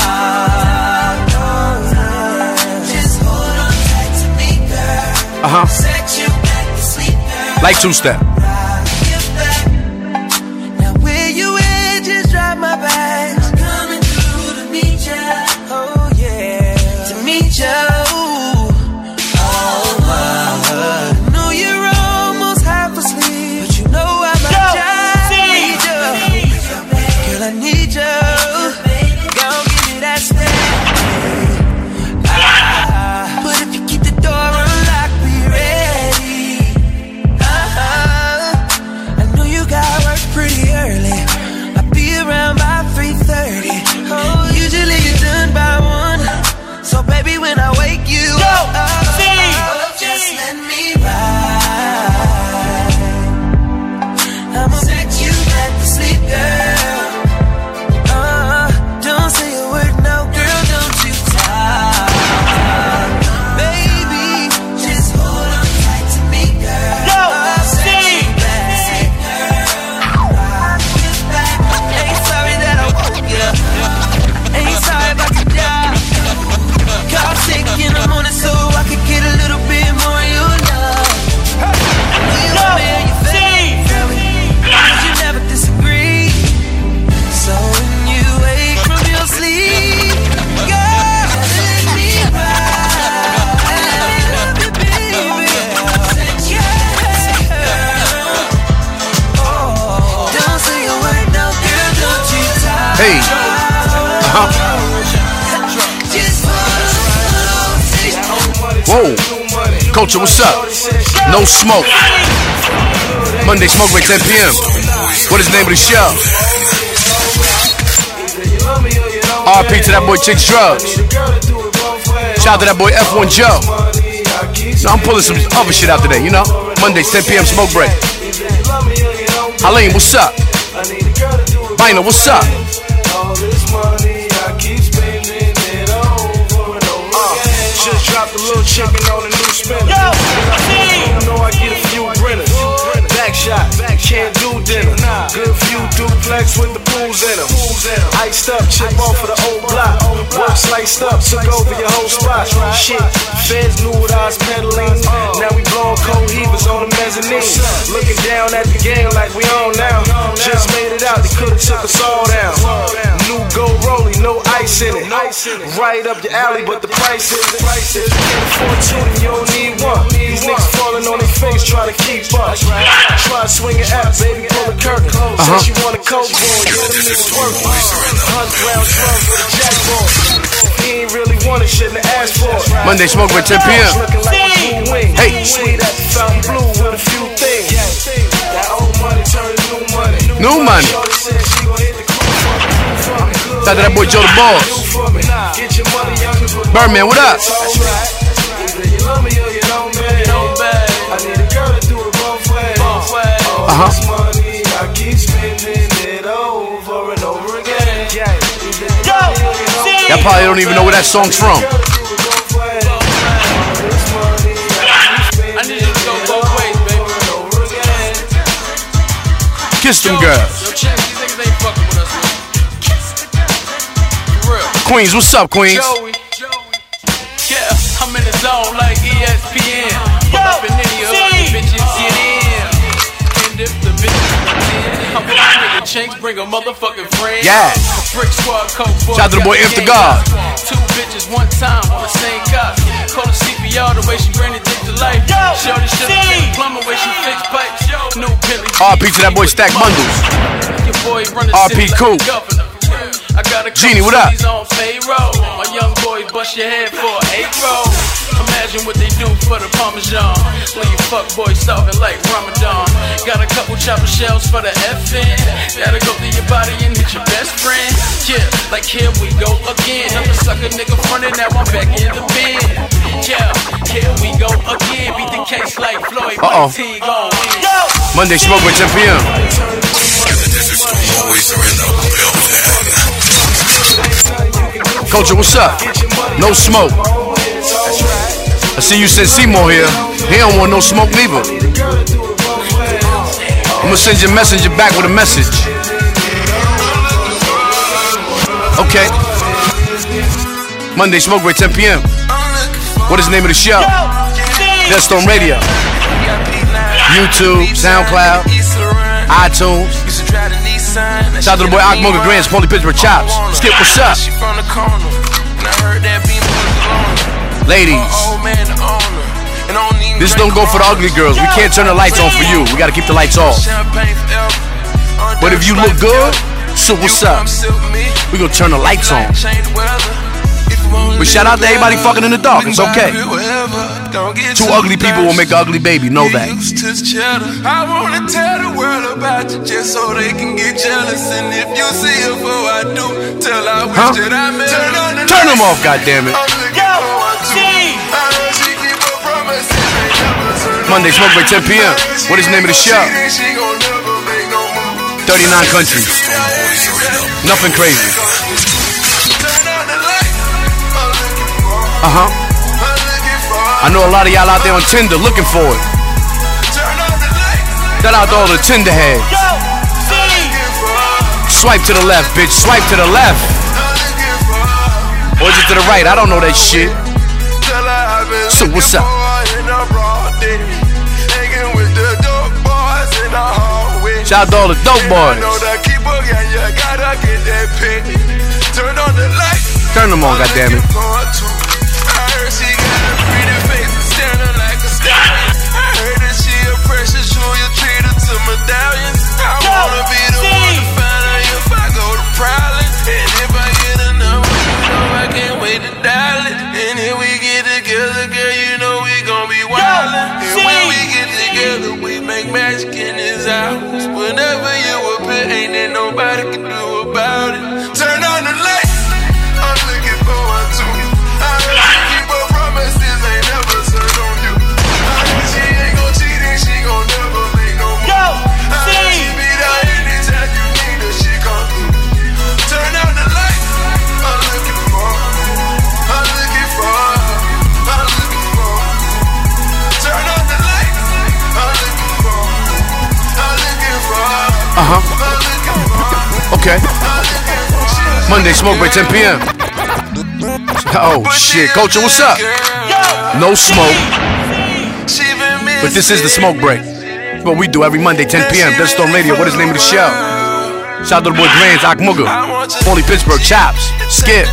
Speaker 11: Just hold on tight to me, girl.
Speaker 5: Uh huh.
Speaker 11: Set you back to sleep, girl.
Speaker 5: Like two step.
Speaker 11: Get back. Now where you at? Just drop my bags. I'm coming through to meet ya. Oh yeah, to meet ya. Ooh. I know you're almost half asleep, but you know I'm a child. Need ya, girl, I need ya. Go give me that stare. But if you keep the door unlocked, be ready. Uh-huh. I know you got work pretty early. I'll be around by 3:30. Oh, usually you're done by one. So baby, when I wake you up, just let me ride. I'ma set you back to sleep, girl. Uh, don't say a word, no, girl, don't you talk. Baby, just hold on tight to me, girl. I'll set you back to sleep, girl. Ride your back. Ain't sorry that I woke you up. Ain't sorry about the job. Call sick in the morning so I could get a little bit more of your love. You are me and your favorite. Cause you never disagree. So when you wake from your sleep, girl, let me ride. Love you, baby. Yeah. Oh, don't say a word, no, girl, don't you talk.
Speaker 5: Hey.
Speaker 11: Just hold on, taste.
Speaker 5: Whoa. Culture, what's up? No smoke. Monday, smoke break, 10 p.m. What is the name of the show? RP to that boy Chicks Drugs. Shout out to that boy F1 Joe. No, I'm pulling some other shit out today, you know? Monday, 10 p.m. smoke break. Halim, what's up? Bino, what's up?
Speaker 12: Just dropped a little chicken on a new spinner. Yo, I know I get a few grinners. Back shot, back can't do dinner. Good view duplex with the pools in 'em. Iced up, chip off of the old block. Work sliced up, took over your whole spot. Shit, feds knew what I was peddling. Now we blowing cold heavers on the mezzanine. Looking down at the game like we on now. Just made it out, they could've took us all down. New gold rollie, no ice in it. Right up your alley, but the price is it. If you can't afford two, then you don't need one. These niggas falling on their face, try to keep up. Try to swing it out, baby, pull the curtain.
Speaker 5: Uh-huh.
Speaker 12: Said she want a coke boy, you them niggas work. Hunt round drunk with a jackpot. He ain't really want it, shouldn't have asked for it.
Speaker 5: Monday, smoke with 10 p.m.
Speaker 12: Looking like a blue wing.
Speaker 5: Hey.
Speaker 12: Sweet at the fountain blue with a few things. That old money turned new money.
Speaker 5: New money.
Speaker 12: Shorty said she gon' hit the club for me. For me. Good.
Speaker 5: Shout out to that boy Joe the Boss.
Speaker 12: For me. Get your money, youngins, with
Speaker 5: Birdman, what up? Uh-huh.
Speaker 12: That's right. Either you love me or you don't, man. I need a girl to do it both ways. All
Speaker 5: Uh-huh.
Speaker 12: this money, I keep spending it over and over again. Either you love me or you don't,
Speaker 5: Y'all probably don't even know where that song's from.
Speaker 12: girl to do it both ways. All this money, I
Speaker 5: Kiss them girls.
Speaker 13: Yo, check, these niggas ain't fucking with us, man. For real.
Speaker 5: Queens, what's up, Queens?
Speaker 13: Joey. Yeah, I'm in the zone like E ESPN. Pull up in any hood, the bitches get in. And if the bitches get in, I'm gonna bring the chinks, bring a motherfucking friend.
Speaker 5: Yeah.
Speaker 13: Brick squad, coke boy.
Speaker 5: Shout out to the boy
Speaker 13: got
Speaker 5: If the
Speaker 13: game
Speaker 5: God.
Speaker 13: up. Two bitches, one time on the same cop. Call the CPR the way she ran it, dick to life. Shorty should have plumber way she fixed pipes. New Bentley.
Speaker 5: RP to that boy Stack Bundles.
Speaker 13: Your boy run the
Speaker 5: RP
Speaker 13: city like a
Speaker 5: Cool.
Speaker 13: governor. I got a
Speaker 5: Genie,
Speaker 13: couple
Speaker 5: what up?
Speaker 13: cities on payroll. My young boys bust your head for a eight roll. Imagine what they do for the parmesan. When you fuck boys starving like Ramadan. Got a couple chopper shells for the FN. That'll go through your body and hit your best friend. Yeah, like here we go again. I'm a sucker nigga frontin', now I'm back in the bin. Yeah, here we go again. Beat the case like Floyd.
Speaker 5: Uh-oh.
Speaker 13: Mike T gon' win.
Speaker 5: Monday smoke with 10 p.m. Culture, what's up? No smoke. I see you sent Seymour here. He don't want no smoke neither. I'm gonna send your messenger back with a message. Okay. Monday smoke break 10 p.m. What is the name of the show? Just on radio. YouTube, SoundCloud, iTunes. Shout out to the boy Akmoga Grants, Paulie Pittsburgh Chops. Skip, what's up? Ladies, this don't go for the ugly girls. We can't turn the lights on for you. We gotta keep the lights off. But if you look good, so what's up? We gonna turn the lights on. But shout out to everybody fucking in the dark. It's okay. Two ugly people will make an ugly baby. Know that.
Speaker 12: I wanna tell the world about you just so they can get jealous. And if you see her before I do, tell I wish
Speaker 5: Huh?
Speaker 12: that I met her.
Speaker 5: Turn them off, goddammit. Monday, smoke break, 10 p.m. What is the name of the show? 39 countries. Nothing crazy. Uh huh. I know a lot of y'all out there on Tinder looking for it. Shout out to all the Tinder heads. Swipe to the left, bitch. Swipe to the left. Or is it to the right? I don't know that shit. So what's up? Shout out to all the dope boys. Turn them on, goddammit.
Speaker 12: Magic in his hours. Whenever you appear, ain't there nobody can do about it. Turn on the light. I'm looking for one too. I heard she keep her promises, ain't never turn on you. I heard she ain't gon' cheat and she gon' never make no move. I heard she be there anytime you need her, she come through. Turn out the light. I'm looking for her. I'm looking for her. I'm looking for her. Turn out the light. I'm looking for her. I'm looking for her.
Speaker 5: Uh huh. Uh-huh. Okay. Monday, smoke break, 10 p.m. Oh shit, culture, what's up? No smoke, but this is the smoke break. It's what we do every Monday, 10 p.m. Death Storm Radio. What is the name of the show? Shout out to the boy Grands, Akmuga, Paulie Pittsburgh, Chops, Skip.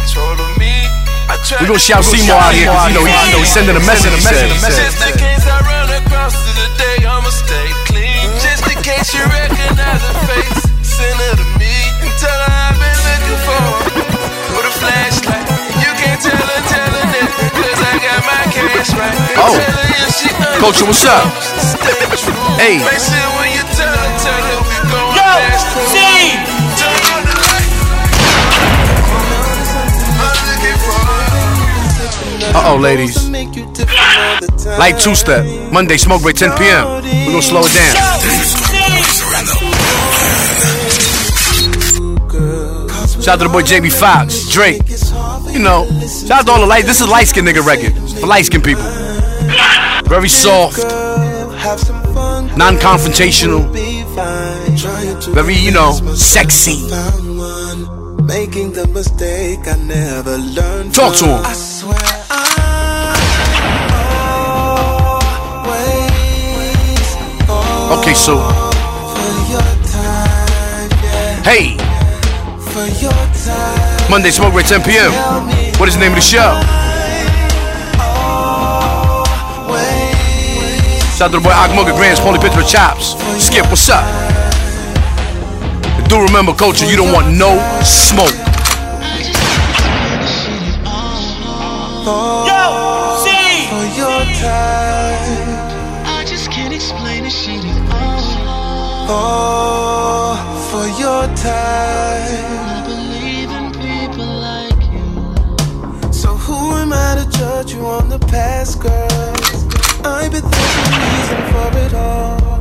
Speaker 5: We gonna shout Seymour out here 'cause, you know he, you know, he's sending a message. he said.
Speaker 12: Just in case I run across to the day, I'ma stay clean. Just in case you recognize her face, send her to me and tell her I've been looking for her. With a flashlight, you can't tell her, tell her that, cause I got my cash right.
Speaker 5: Oh.
Speaker 12: Tell her if she under-
Speaker 5: Culture, what's up?
Speaker 12: Stay true.
Speaker 5: Hey.
Speaker 12: Make sure when you tell her, tell her we going fast. Turn on the light. I'm looking for
Speaker 5: Uh oh, ladies. Light two step. Monday, smoke break, 10 p.m. We're gonna slow it down. Shout out to the boy JB Fox, Drake. You know, shout out to all the light. This is light skin nigga record for light skin people. Very soft, non confrontational. Very, you know, sexy.
Speaker 14: Making the mistake I never learned.
Speaker 5: Talk to
Speaker 14: from.
Speaker 5: him.
Speaker 14: I swear I
Speaker 5: Okay, so. Hey! Monday Smoke Break 10 p.m. What is the name of the show? Shout out to the boy Akmuga Grants, Pony Pitch with Chops. Skip, what's up? And do remember, culture, you don't want no smoke.
Speaker 11: Yo, see.
Speaker 14: For your time.
Speaker 11: I just can't explain it. She is
Speaker 14: Oh, for your time. So who am I to judge you on the past, girl? I bet there's a reason for it all.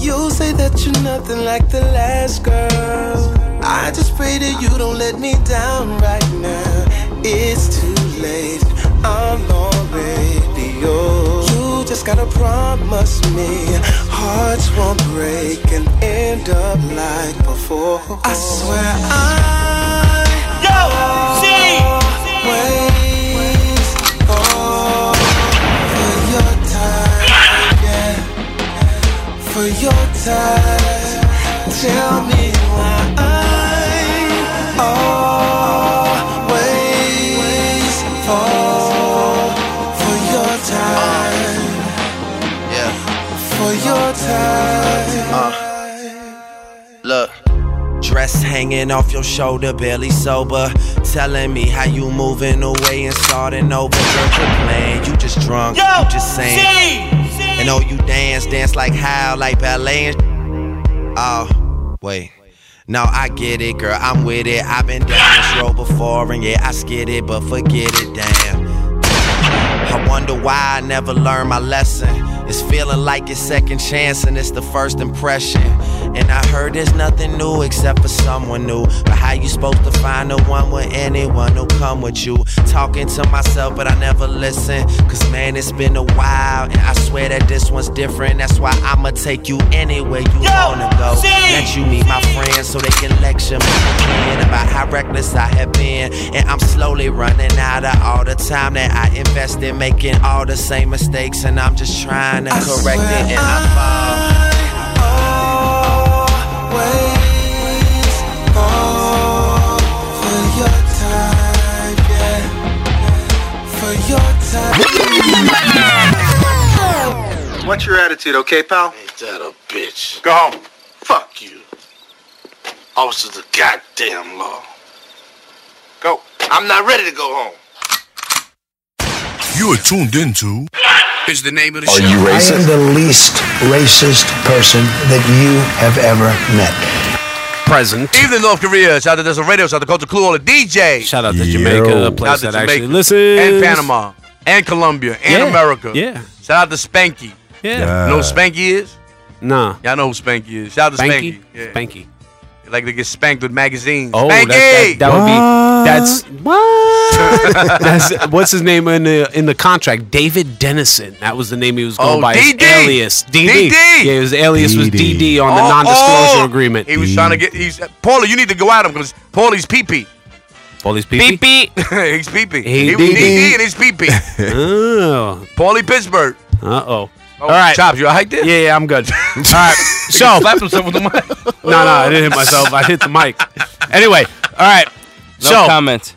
Speaker 14: You say that you're nothing like the last girl. I just pray that you don't let me down right now. It's too late. I'm already yours. You just gotta promise me hearts won't break and end up like before. I swear I. Yo, see. Waits for your time, yeah. For your time, tell me why I always fall for your time.
Speaker 15: Yeah.
Speaker 14: For your time.
Speaker 15: Uh, Look. Dress hanging off your shoulder, barely sober. Telling me how you moving away and starting over. Girl, quit playing. You just drunk. you just saying. And oh, you dance, dance like how, like ballet and. sh- Oh, wait. No, I get it, girl. I'm with it. I've been down this road before, and yeah, I skid it, but forget it, damn. I wonder why I never learned my lesson. It's feeling like it's second chance and it's the first impression. And I heard there's nothing new except for someone new. But how you supposed to find the one with anyone who come with you? Talking to myself, but I never listen. Cause man, it's been a while. And I swear that this one's different. That's why I'ma take you anywhere you wanna go. Let you meet my friends so they can lecture me again about how reckless I have been. And I'm slowly running out of all the time that I invest in making all the same mistakes. And I'm just trying to correct it. And I fall.
Speaker 14: Always fall for your time, yeah. For your time.
Speaker 16: What's your attitude, okay, pal?
Speaker 8: Ain't that a bitch?
Speaker 16: Go home.
Speaker 8: Fuck you. Officer the goddamn law. Go. I'm not ready to go home.
Speaker 9: You are tuned into
Speaker 5: Is the name of the
Speaker 9: Are
Speaker 5: show.
Speaker 9: you
Speaker 17: I am the least racist person that you have ever met.
Speaker 4: Present.
Speaker 5: Evening, North Korea. Shout out to Desert Radio. Shout out to Culture Clue, all the DJs.
Speaker 4: Shout out to Jamaica, a place
Speaker 5: Shout
Speaker 4: that
Speaker 5: out to
Speaker 4: actually
Speaker 5: Jamaica.
Speaker 4: listens.
Speaker 5: And Panama. And Colombia. And
Speaker 4: Yeah,
Speaker 5: America.
Speaker 4: yeah.
Speaker 5: Shout out to Spanky.
Speaker 4: Yeah.
Speaker 5: You know who Spanky is?
Speaker 4: Nah.
Speaker 5: Y'all know who Spanky is. Shout out to Spanky.
Speaker 4: Spanky?
Speaker 5: Yeah.
Speaker 4: Spanky.
Speaker 5: They Like to get spanked with magazines.
Speaker 4: Oh, that,
Speaker 5: Spanky!
Speaker 4: that, that would be that's what? that's what's his name in the in the contract? David Dennison. That was the name he was going
Speaker 5: Oh,
Speaker 4: by. His
Speaker 5: DD.
Speaker 4: alias DD.
Speaker 5: DD.
Speaker 4: Yeah, his alias was DD on the
Speaker 5: Oh,
Speaker 4: non-disclosure
Speaker 5: oh.
Speaker 4: agreement.
Speaker 5: He was trying to get. He's Paula. You need to go out him because Paulie's pee pee.
Speaker 4: all these people.
Speaker 5: he's pee pee.
Speaker 4: He
Speaker 5: He, was
Speaker 4: DD.
Speaker 5: DD and he's pee pee.
Speaker 4: oh.
Speaker 5: Paulie Pittsburgh.
Speaker 4: Uh oh.
Speaker 5: Oh,
Speaker 4: All right.
Speaker 5: Chops, you all right there?
Speaker 4: Yeah, yeah, I'm good. All right. So
Speaker 5: slapped himself with the mic.
Speaker 4: No, no, I didn't hit myself. I hit the mic. Anyway, all right.
Speaker 7: No
Speaker 4: so,
Speaker 7: comment.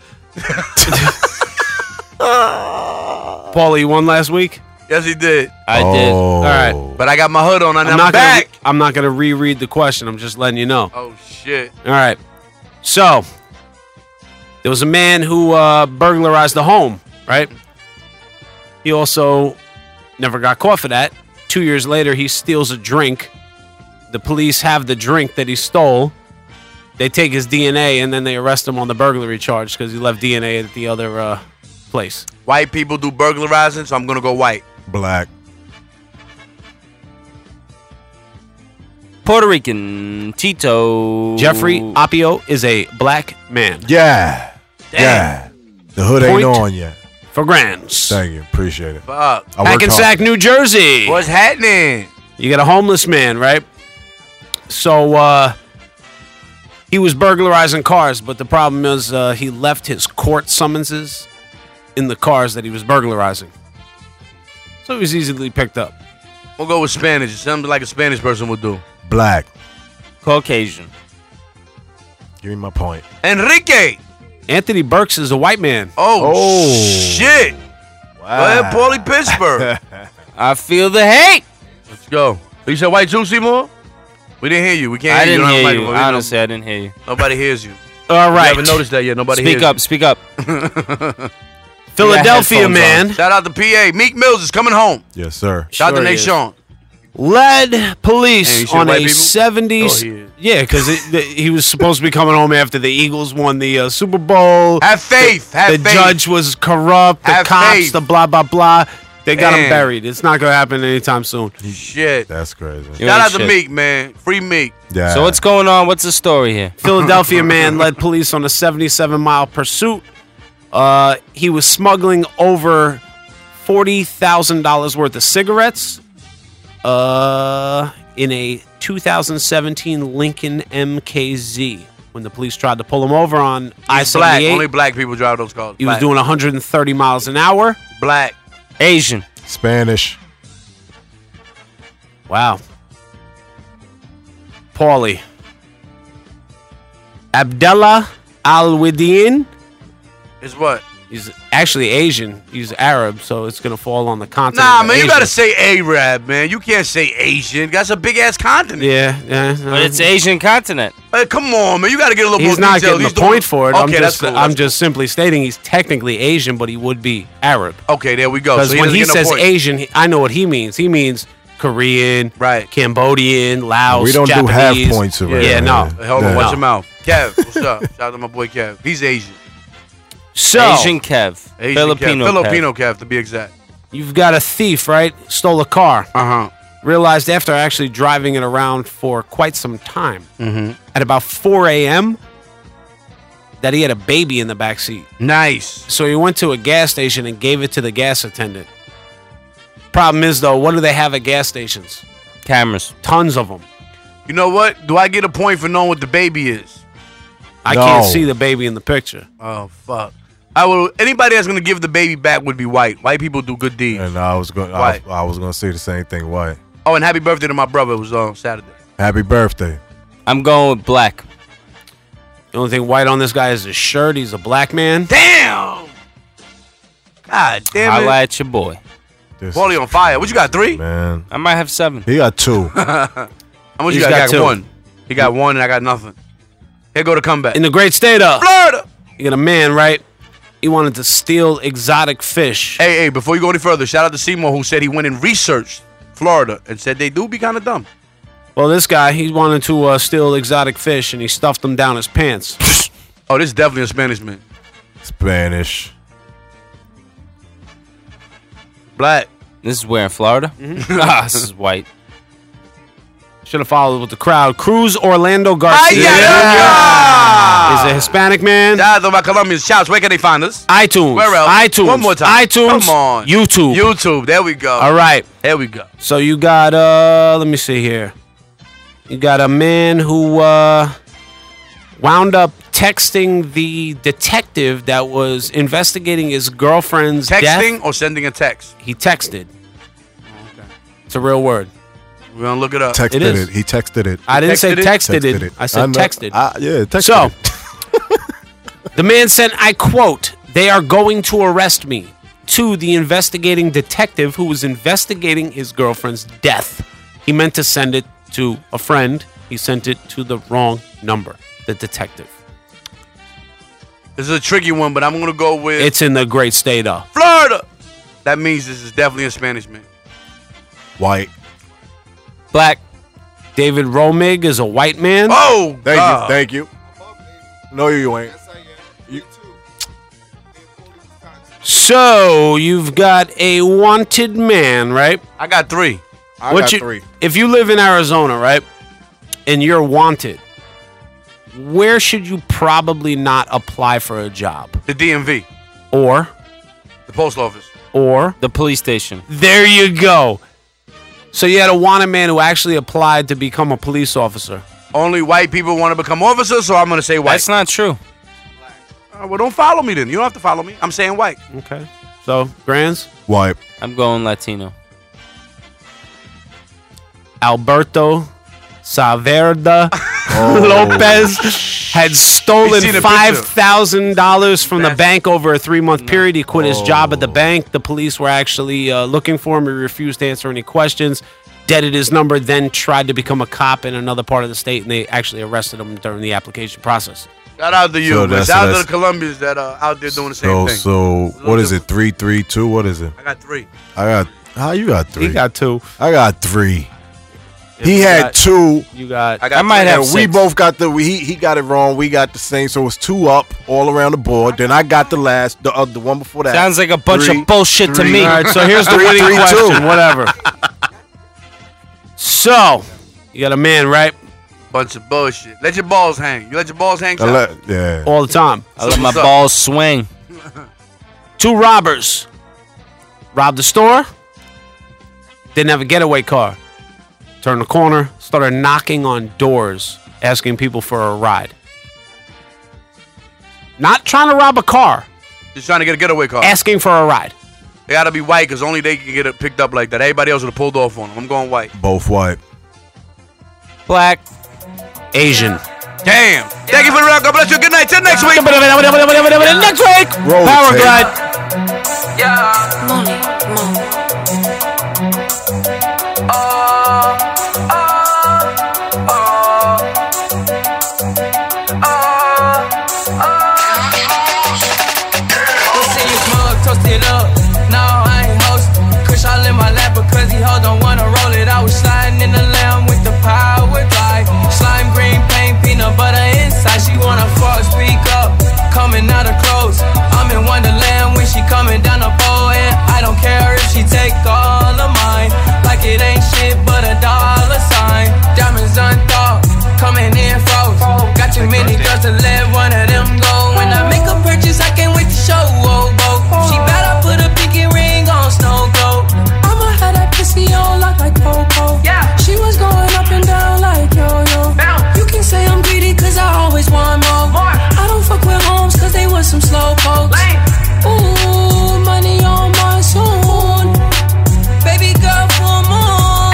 Speaker 4: Paulie, you won last week.
Speaker 5: Yes, he did. Oh.
Speaker 7: I did.
Speaker 4: All right.
Speaker 5: But I got my hood on and I'm,
Speaker 4: not
Speaker 5: back.
Speaker 4: Gonna, Oh. I'm not gonna reread the question. I'm just letting you know.
Speaker 5: Oh shit.
Speaker 4: All right. So there was a man who uh, burglarized the home, right? He also never got caught for that. Two years later, he steals a drink. The police have the drink that he stole. They take his DNA and then they arrest him on the burglary charge because he left DNA at the other uh, place.
Speaker 5: White people do burglarizing, so I'm gonna go white.
Speaker 4: Black.
Speaker 7: Puerto Rican Tito
Speaker 4: Jeffrey Appio is a black man.
Speaker 17: Yeah. Yeah. The hood
Speaker 4: Point
Speaker 17: ain't on yet.
Speaker 4: For grants.
Speaker 17: Thank you. Appreciate it.
Speaker 5: Fuck.
Speaker 17: I worked hard.
Speaker 4: Hackensack, New Jersey.
Speaker 5: What's happening?
Speaker 4: You got a homeless man, right? So uh, he was burglarizing cars, but the problem is uh, he left his court summonses in the cars that he was burglarizing. So he was easily picked up.
Speaker 5: We'll go with Spanish. It sounds like a Spanish person would do.
Speaker 6: Black.
Speaker 7: Caucasian.
Speaker 6: Give me my point.
Speaker 5: Enrique. eh,
Speaker 4: Anthony Burks is a white man.
Speaker 5: Oh, shit.
Speaker 4: Wow.
Speaker 5: Go ahead, Paulie Pittsburgh.
Speaker 7: I feel the hate.
Speaker 5: Let's go. You said white juicy more? We didn't hear you. We can't
Speaker 7: I
Speaker 5: hear
Speaker 7: didn't
Speaker 5: you.
Speaker 7: hear
Speaker 5: Don't have a
Speaker 7: you.
Speaker 5: microphone.
Speaker 7: Honestly, I didn't hear you.
Speaker 5: Nobody hears you.
Speaker 4: All right.
Speaker 5: You haven't noticed that yet. Nobody
Speaker 7: Speak
Speaker 5: hears
Speaker 7: up, speak up.
Speaker 5: up.
Speaker 4: Philadelphia man.
Speaker 5: Shout out to PA. Meek Mills is coming home.
Speaker 6: Yes, sir.
Speaker 5: Shout out to
Speaker 4: Sure
Speaker 5: Nate
Speaker 4: is.
Speaker 5: Sean.
Speaker 4: Led
Speaker 5: Hey, you
Speaker 4: police
Speaker 5: see
Speaker 4: on a
Speaker 5: white people?
Speaker 4: seventies.
Speaker 5: Oh, yeah.
Speaker 4: yeah, because he was supposed to be coming home after the Eagles won the uh, Super Bowl.
Speaker 5: Have faith.
Speaker 4: The,
Speaker 5: Have
Speaker 4: the
Speaker 5: faith.
Speaker 4: judge was corrupt. The
Speaker 5: Have
Speaker 4: cops.
Speaker 5: faith.
Speaker 4: The blah blah blah. They got him
Speaker 5: Damn.
Speaker 4: buried. It's not gonna happen anytime soon.
Speaker 5: Shit.
Speaker 6: That's crazy.
Speaker 5: Shout out to Meek, man. Free Meek.
Speaker 6: Yeah.
Speaker 7: So what's going on? What's the story here?
Speaker 4: Philadelphia man led police on a 77 mile pursuit. Uh, he was smuggling over forty thousand dollars worth of cigarettes uh, in a 2017 Lincoln MKZ. When the police tried to pull him over on
Speaker 5: He's black. Only
Speaker 4: I-78,
Speaker 5: black people drive those cars.
Speaker 4: he was
Speaker 5: Black.
Speaker 4: doing 130 miles an hour.
Speaker 5: Black.
Speaker 7: Asian.
Speaker 6: Spanish.
Speaker 4: Wow. Paulie. Abdullah Al Widin.
Speaker 5: It's what?
Speaker 4: He's actually Asian. He's Arab, so it's gonna fall on the continent.
Speaker 5: Nah,
Speaker 4: of
Speaker 5: man, you
Speaker 4: Asia.
Speaker 5: gotta say Arab, man. You can't say Asian. That's a big ass continent.
Speaker 4: Yeah, yeah.
Speaker 7: But it's Asian continent.
Speaker 5: Um, Hey, come on, man. You gotta get a little
Speaker 4: He's
Speaker 5: more
Speaker 4: not
Speaker 5: detail.
Speaker 4: getting
Speaker 5: He's
Speaker 4: a
Speaker 5: doing-
Speaker 4: point for it. I'm
Speaker 5: Okay,
Speaker 4: just,
Speaker 5: that's cool.
Speaker 4: I'm
Speaker 5: That's
Speaker 4: just simply stating he's technically Asian, but he would be Arab.
Speaker 5: cool. Okay, there we go.
Speaker 4: Because
Speaker 5: So he
Speaker 4: when
Speaker 5: doesn't
Speaker 4: he
Speaker 5: get no
Speaker 4: says
Speaker 5: point.
Speaker 4: Asian, he- I know what he means. He means Korean,
Speaker 5: right?
Speaker 4: Cambodian, Laos.
Speaker 6: We don't do half
Speaker 4: Japanese.
Speaker 6: points
Speaker 4: Yeah,
Speaker 6: around
Speaker 4: yeah, no.
Speaker 6: here.
Speaker 5: Hey, hold on,
Speaker 6: Yeah.
Speaker 5: watch
Speaker 6: No.
Speaker 5: your mouth. Kev, what's up? Shout out to my boy Kev. He's Asian.
Speaker 4: So
Speaker 7: Asian Kev.
Speaker 5: Asian
Speaker 7: Filipino.
Speaker 5: Kev.
Speaker 7: Kev.
Speaker 5: Filipino Kev, to be exact.
Speaker 4: You've got a thief, right? Stole a car.
Speaker 5: Uh huh.
Speaker 4: Realized after actually driving it around for quite some time,
Speaker 5: Mm-hmm.
Speaker 4: at about 4 a.m. that he had a baby in the back seat.
Speaker 5: Nice.
Speaker 4: So he went to a gas station and gave it to the gas attendant. Problem is though, what do they have at gas stations?
Speaker 7: Cameras.
Speaker 4: Tons of them.
Speaker 5: You know what? Do I get a point for knowing what the baby is?
Speaker 4: I
Speaker 6: No.
Speaker 4: can't see the baby in the picture.
Speaker 5: Oh fuck. I will. Anybody that's gonna give the baby back would be white. White people do good deeds.
Speaker 6: And I was going. I,
Speaker 5: White.
Speaker 6: I was going to say the same thing. White.
Speaker 5: Oh, and happy birthday to my brother. It was on Saturday.
Speaker 6: Happy birthday.
Speaker 7: I'm going with black.
Speaker 4: The only thing white on this guy is his shirt. He's a black man.
Speaker 5: Damn. God damn it.
Speaker 7: Holla at your boy.
Speaker 6: This
Speaker 5: Paulie on fire. What you got? Three?
Speaker 6: man.
Speaker 7: I might have seven.
Speaker 6: He got two.
Speaker 5: How much
Speaker 4: He's
Speaker 5: you got?
Speaker 4: got
Speaker 5: I got
Speaker 4: two.
Speaker 5: one. He got one, and I got nothing. Here go the comeback.
Speaker 4: In the great state of
Speaker 5: Florida.
Speaker 4: you got a man, right? He wanted to steal exotic fish.
Speaker 5: Hey, hey! Before you go any further, shout out to Seymour who said he went and researched Florida and said they do be kind of dumb.
Speaker 4: Well, this guy, he wanted to uh, steal exotic fish and he stuffed them down his pants.
Speaker 5: Oh, this is definitely a Spanish man.
Speaker 6: Spanish.
Speaker 5: Black. Mm-hmm.
Speaker 7: This is where in Florida? Ah, this is white.
Speaker 4: Should have followed with the crowd. Cruz Orlando
Speaker 5: Ay,
Speaker 4: Garcia
Speaker 5: ay, ay,
Speaker 4: is a
Speaker 5: ay.
Speaker 4: Hispanic man.
Speaker 5: Shout out to my Colombian shouts. Where can they find us?
Speaker 4: iTunes.
Speaker 5: Where else?
Speaker 4: iTunes.
Speaker 5: One more time.
Speaker 4: iTunes.
Speaker 5: Come on.
Speaker 4: YouTube.
Speaker 5: YouTube. There we go.
Speaker 4: All right.
Speaker 5: There we go.
Speaker 4: So you got uh let me see here. You got a man who uh wound up texting the detective that was investigating his girlfriend's
Speaker 5: Texting
Speaker 4: death.
Speaker 5: or sending a text?
Speaker 4: He texted. It's a real word.
Speaker 5: We're gonna look it up.
Speaker 6: Texted
Speaker 4: Uh, It
Speaker 6: it,
Speaker 4: is.
Speaker 6: He texted it.
Speaker 4: I didn't say
Speaker 5: Texted it?
Speaker 4: texted, it. I said
Speaker 6: know-
Speaker 4: texted.
Speaker 6: I, yeah, texted.
Speaker 4: So-
Speaker 6: it.
Speaker 4: The man said, I quote, they are going to arrest me to the investigating detective who was investigating his girlfriend's death. He meant to send it to a friend. He sent it to the wrong number, the detective.
Speaker 5: This is a tricky one, but I'm gonna go with
Speaker 4: It's in the great state of.
Speaker 5: Florida. That means this is definitely a Spanish man.
Speaker 6: white.
Speaker 7: Black.
Speaker 4: David Romig is a white man.
Speaker 5: Oh,
Speaker 6: Thank
Speaker 5: God.
Speaker 6: you. Thank you. No, you ain't.
Speaker 4: So you've got a wanted man, right?
Speaker 5: I got three.
Speaker 6: I
Speaker 4: What
Speaker 6: got
Speaker 4: you-
Speaker 6: three.
Speaker 4: If you live in Arizona, right, and you're wanted, where should you probably not apply for a job?
Speaker 5: The DMV,
Speaker 4: Or,
Speaker 5: the post office.
Speaker 4: or,
Speaker 7: The police station.
Speaker 4: There you go. So you had a wanted man who actually applied to become a police officer.
Speaker 5: Only white people want to become officers, so I'm going to say white. That's
Speaker 7: not true.
Speaker 5: well, don't follow me then. You don't have to follow me. I'm saying white.
Speaker 4: Okay. So, Grands?
Speaker 6: White.
Speaker 7: I'm going Latino.
Speaker 4: Alberto Saverda Lopez had stolen
Speaker 5: We Oh. seen a
Speaker 4: five thousand dollars from the bank over a three month period. He quit his job
Speaker 5: Oh.
Speaker 4: at the bank. The police were actually uh, looking for him. He refused to answer any questions. Deaded his number, then tried to become a cop in another part of the state, and they actually arrested him during the application process.
Speaker 5: Shout out to you.
Speaker 6: So
Speaker 5: man.
Speaker 6: that's-
Speaker 5: Shout out
Speaker 6: that's-
Speaker 5: to the Colombians that are out there doing the same
Speaker 6: So
Speaker 5: thing.
Speaker 6: so what is it? Three three two. What is it?
Speaker 5: I got three.
Speaker 6: I got how you got three.
Speaker 4: He got two.
Speaker 6: I got three. he
Speaker 4: you
Speaker 6: had
Speaker 4: got-
Speaker 6: two.
Speaker 4: You got.
Speaker 5: I got I might three. have
Speaker 6: And We
Speaker 5: six.
Speaker 6: both got the. We, he he got it wrong. We got the same. So it's two up all around the board. Then I got the last. The uh, the one before that.
Speaker 7: Sounds like a bunch
Speaker 6: Three,
Speaker 7: of bullshit to
Speaker 6: three.
Speaker 7: me.
Speaker 4: All right, so here's the
Speaker 6: Three,
Speaker 4: winning
Speaker 6: three, two.
Speaker 4: question. Whatever. So you got a man, right?
Speaker 5: Bunch of bullshit. Let your balls hang. You let your balls hang.
Speaker 6: I
Speaker 5: Sal?
Speaker 6: let- yeah.
Speaker 4: All the time.
Speaker 5: I let my What's up? balls
Speaker 7: swing.
Speaker 4: Two robbers robbed the store. Didn't have a getaway car. Turned the corner, started knocking on doors, asking people for a ride. Not trying to rob a car,
Speaker 5: Just trying to get a getaway car.
Speaker 4: asking for a ride.
Speaker 5: They gotta be white because only they can get it picked up like that. Everybody else would have pulled off on them. I'm going white.
Speaker 6: Both white.
Speaker 4: Black, Asian.
Speaker 5: Damn. Thank you for the round. God bless you. Good night. Till next week.
Speaker 4: Next week.
Speaker 5: Roll the
Speaker 4: Power
Speaker 5: tape.
Speaker 4: glide.
Speaker 18: You see his mug toasted up. No, I ain't host. Kush all in my lap because he hold don't wanna roll it. I was sliding in the lamb with the power drive. Slime green paint, peanut butter inside. She wanna fuck, speak up. Coming out of clothes. I'm in Wonderland when she coming down the pole. And I don't care if she take all of mine. Like it ain't shit but a dollar sign. Diamonds unthought, coming in froze. Got too many girls to let one of them go. When I make a purchase, I can't wait to show. Oh, oh. She bet I put a pinky ring on Snow Globe. I'ma have that pussy on lock like Coco. Yeah. She was going up and down like yo yo. You can say I'm greedy cause I always want more. I don't fuck with homes cause they was some slow folks. Ooh, money on my soul. Baby girl for moon.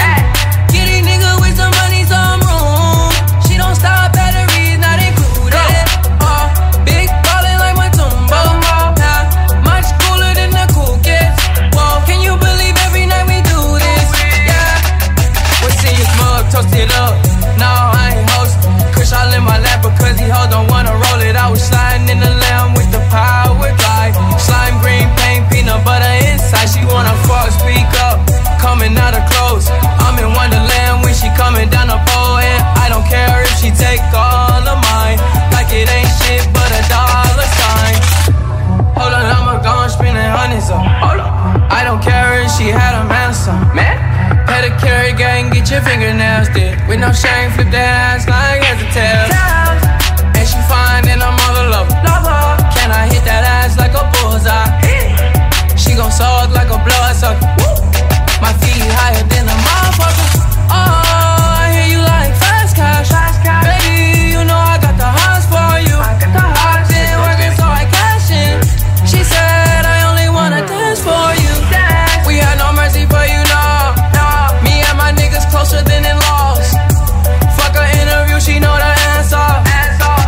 Speaker 18: Get a nigga with some money, some room. She don't stop batteries, not included. Uh, big ballin' like my tumbo. Nah, much cooler than the cool kids. Whoa, can you believe every night we do this? Yeah. What's in your mug? Toast it up. No, I ain't host. Kush all in my lap because he hold don't wanna roll it. I was sliding in the lamb with the power glide. Slime green paint, peanut butter inside. She wanna fuck, speak up. Coming out of clothes. I'm in Wonderland when she coming down the pole. And I don't care if she take all of mine. Like it ain't shit but a dollar sign. Hold on, I'ma go and spend a hundred so. Hold on. I don't care if she had a man or something. Man? Pedicure gang, get your fingernails did. With no shame, flip that ass, lying as a tail. And she fine and I'm all in love. Lover. Can I hit that ass like a bullseye? She gon' suck like a bloodsucker. Woo. My feet higher than a motherfucker. Oh, I hear you like fast cash. Baby, you know I got the hots for you. I've been working so I cash in. She said I only wanna dance for you. We had no mercy for you, no. Me and my niggas closer than in laws. Fuck her interview, she know the answer.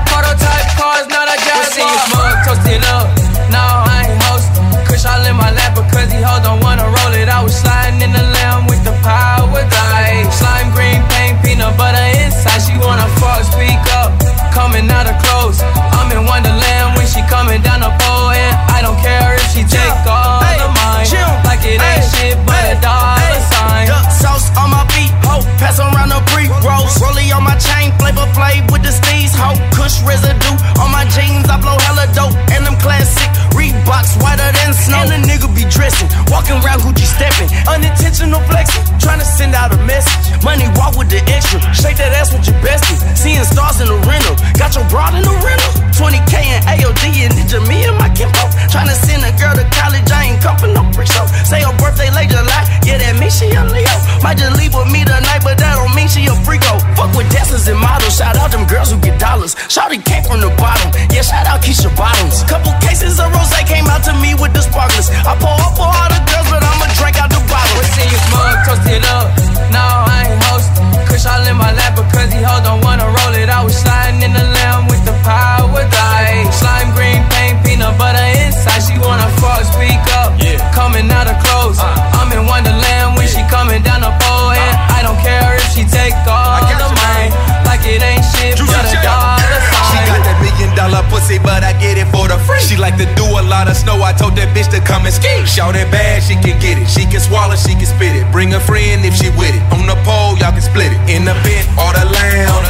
Speaker 18: Prototype cars, not a jazz. see his mug toasted up. No, I ain't host. Kush all in my lap because he hold on wanna roll it. I was sliding in the lamb with the power glide. Slime green paint, peanut butter inside. She wanna fuck, speak up. Coming out of clothes. I'm in Wonderland when she coming down the pole. And I don't care if she take all of mine. Like it ain't shit but a dollar sign.
Speaker 19: Duck sauce on my beat, ho. Pass around the pre rolls. Rollie on my chain, flavor play with the steez, ho. Kush residue on my jeans, I blow hella dope. And them classic Reeboks whiter than snow. And a nigga be dressing, walking around Gucci stepping. Unintentional flexing, trying to send out a message. Money walk with the extra, shake that ass with your bestie. Seeing stars in the rental, got your broad in the rental. 20k and AOD and ninja, me and my kinfolk. Trying to send a girl to college, I ain't come for no pre show. Say her birthday late July, yeah, that me, she a Leo. Might just leave with me tonight, but that don't mean she a freako. Fuck with dancers and models. Shout out them girls who get dollars. Shawty came from the bottom. Yeah, shout out Keisha Bottoms. Couple cases of rose came out to me with the sparklers. I pour up for all the girls, but I'ma drink out the bottle.
Speaker 18: What's in your mug? Toast it up. No, I ain't hosting. Kush all in my lap because he hold on, wanna roll it. I was sliding in the lamb with the power die. Slime green paint, peanut butter inside. She wanna fuck, speak up. Yeah. Coming out of clothes. I'm in Wonderland when she coming down the pole. And I don't care if she take all the mine. Like it ain't shit but a dollar
Speaker 20: She
Speaker 18: sign.
Speaker 20: got that million dollar pussy, but I get it for the free. She like to do a lot of snow. I told that bitch to come and ski. Shout it bad, she can get it. She can swallow, she can spit it. Bring a friend if she with it. On the pole, y'all can split it. In the bent or the lounge.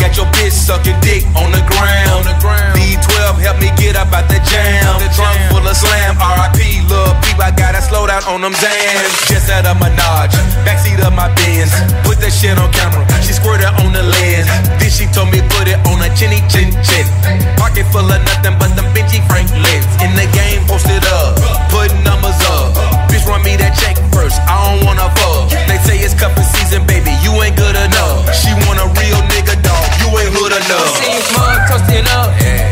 Speaker 20: Got your bitch sucking dick on the ground. D12 help me get up out the jam. Trunk full of slam. R.I.P. Lil Peep. I gotta slow down on them jams. Just at a Minaj. Backseat of my Benz. Put that shit on camera. She squirted on the lens. Then she told me put it on a chinny chin chin. Pocket full of nothing but them bitchy Franklins. In the game, posted up. Putting numbers up. Bitch, run me that check first. I don't wanna fuck. They say it's cuffing season, baby. You ain't good enough. She want a real nigga dog. You ain't hood enough.
Speaker 18: See his mug toasted up.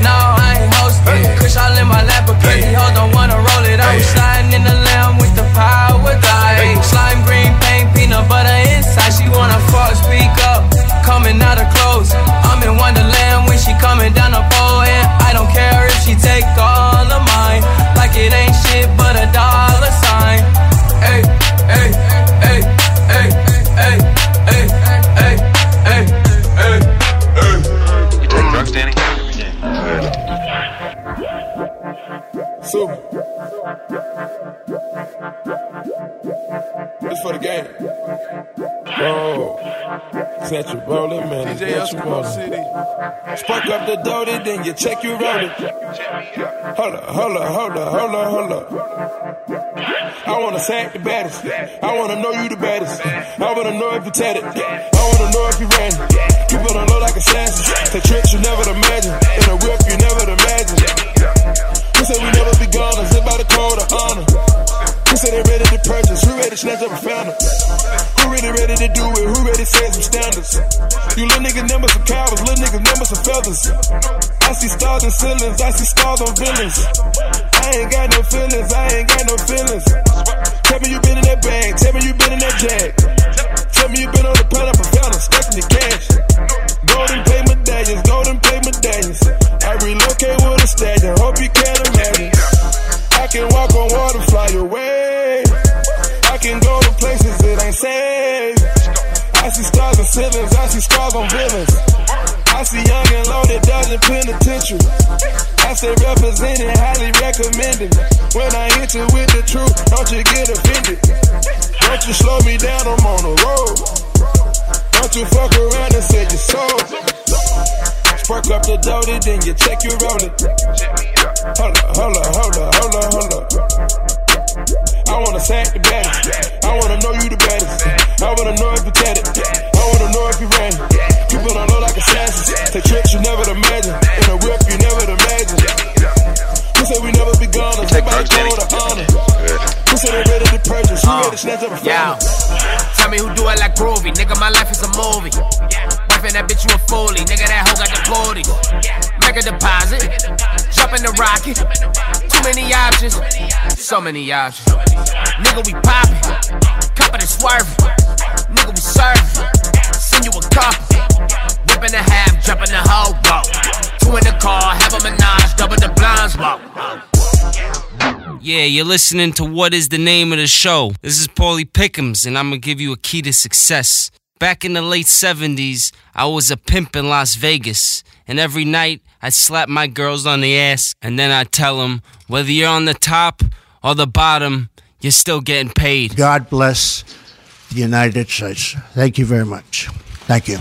Speaker 18: No, I ain't hosting. Kush all in my lap, but crazy hoes don't wanna roll it. I was sliding in the lamb with the power die. Slime green paint, peanut butter inside. She wanna fuck, speak up. Coming out of clothes. I'm in Wonderland when she coming down the pole. And I don't care if she take all of mine. Like it ain't shit but a dollar sign. Hey, hey, hey, hey, hey, hey, hey, hey, hey, hey.
Speaker 16: You take drugs, Danny? Yeah.
Speaker 3: So, it's for the game.
Speaker 12: Oh, set your rolling, man.
Speaker 3: DJ
Speaker 12: Set your
Speaker 3: Eskimo
Speaker 12: rolling.
Speaker 3: City.
Speaker 12: Spark up the doty, then you check your rolling. Hold up, hold up, hold up, hold up, hold up. I wanna sack the baddest. I wanna know you the baddest. I wanna know if you tatted. I wanna know if you ran. People don't know like assassins. Take tricks you never imagine. In a whip you never imagine. Who said we never be gone? Is it by the code of honor? Who said they ready to purchase? Who ready to snatch up a founder? Who really ready to do it? Who ready to set some standards? You little niggas numbers some cowards, little niggas numbers some feathers. I see stars and ceilings, I see stars on villains. I ain't got no feelings, I ain't got no feelings. Tell me you been in that bag, tell me you been in that jag. Tell me you been on the planet for fountain, stuck in the cash. Golden pay medallions, golden pay medallions. I relocate with a stallion, hope you can imagine. I can walk on water, fly away. I can go to places that ain't safe. I see stars and ceilings, I see stars on villains. I see young and loaded, dodging penitentiary. I say represented, highly recommended. When I hit you with the truth, don't you get offended. Don't you slow me down, I'm on the road. Don't you fuck around and say you sold. Spark up the doty, then you check your rolling. Hold up, hold up, hold up, hold up, hold up. I wanna sack the baddest. I wanna know you the baddest. I wanna know if you got it. I wanna know if you ran. People don't know like assassins. Take tricks you never imagine. In a whip you never imagine. Who said we never be gone? Is everybody going to honor? Who said they ready to purchase? Who ready to snatch up a
Speaker 21: Yeah. Tell me who do it like Groovy. Nigga, my life is a movie. Wifing that bitch, you a foley. Nigga, that hoe got the 40. Make a deposit. Jump in the rocket. Too many options. So many options. Nigga, we poppin'. Cup of the swerving. Nigga, we serving. Send you a couple. Whipping a half, jumping the hoe. Whoa. Two in the car, have a menage, double the blinds. Whoa.
Speaker 7: Yeah, you're listening to What is the Name of the Show? This is Paulie Pickums, and I'm gonna give you a key to success. Back in the late 70s, I was a pimp in Las Vegas, and every night I'd slap my girls on the ass, and then I'd tell them whether you're on the top or the bottom, you're still getting paid.
Speaker 22: God bless the United States. Thank you very much. Thank you.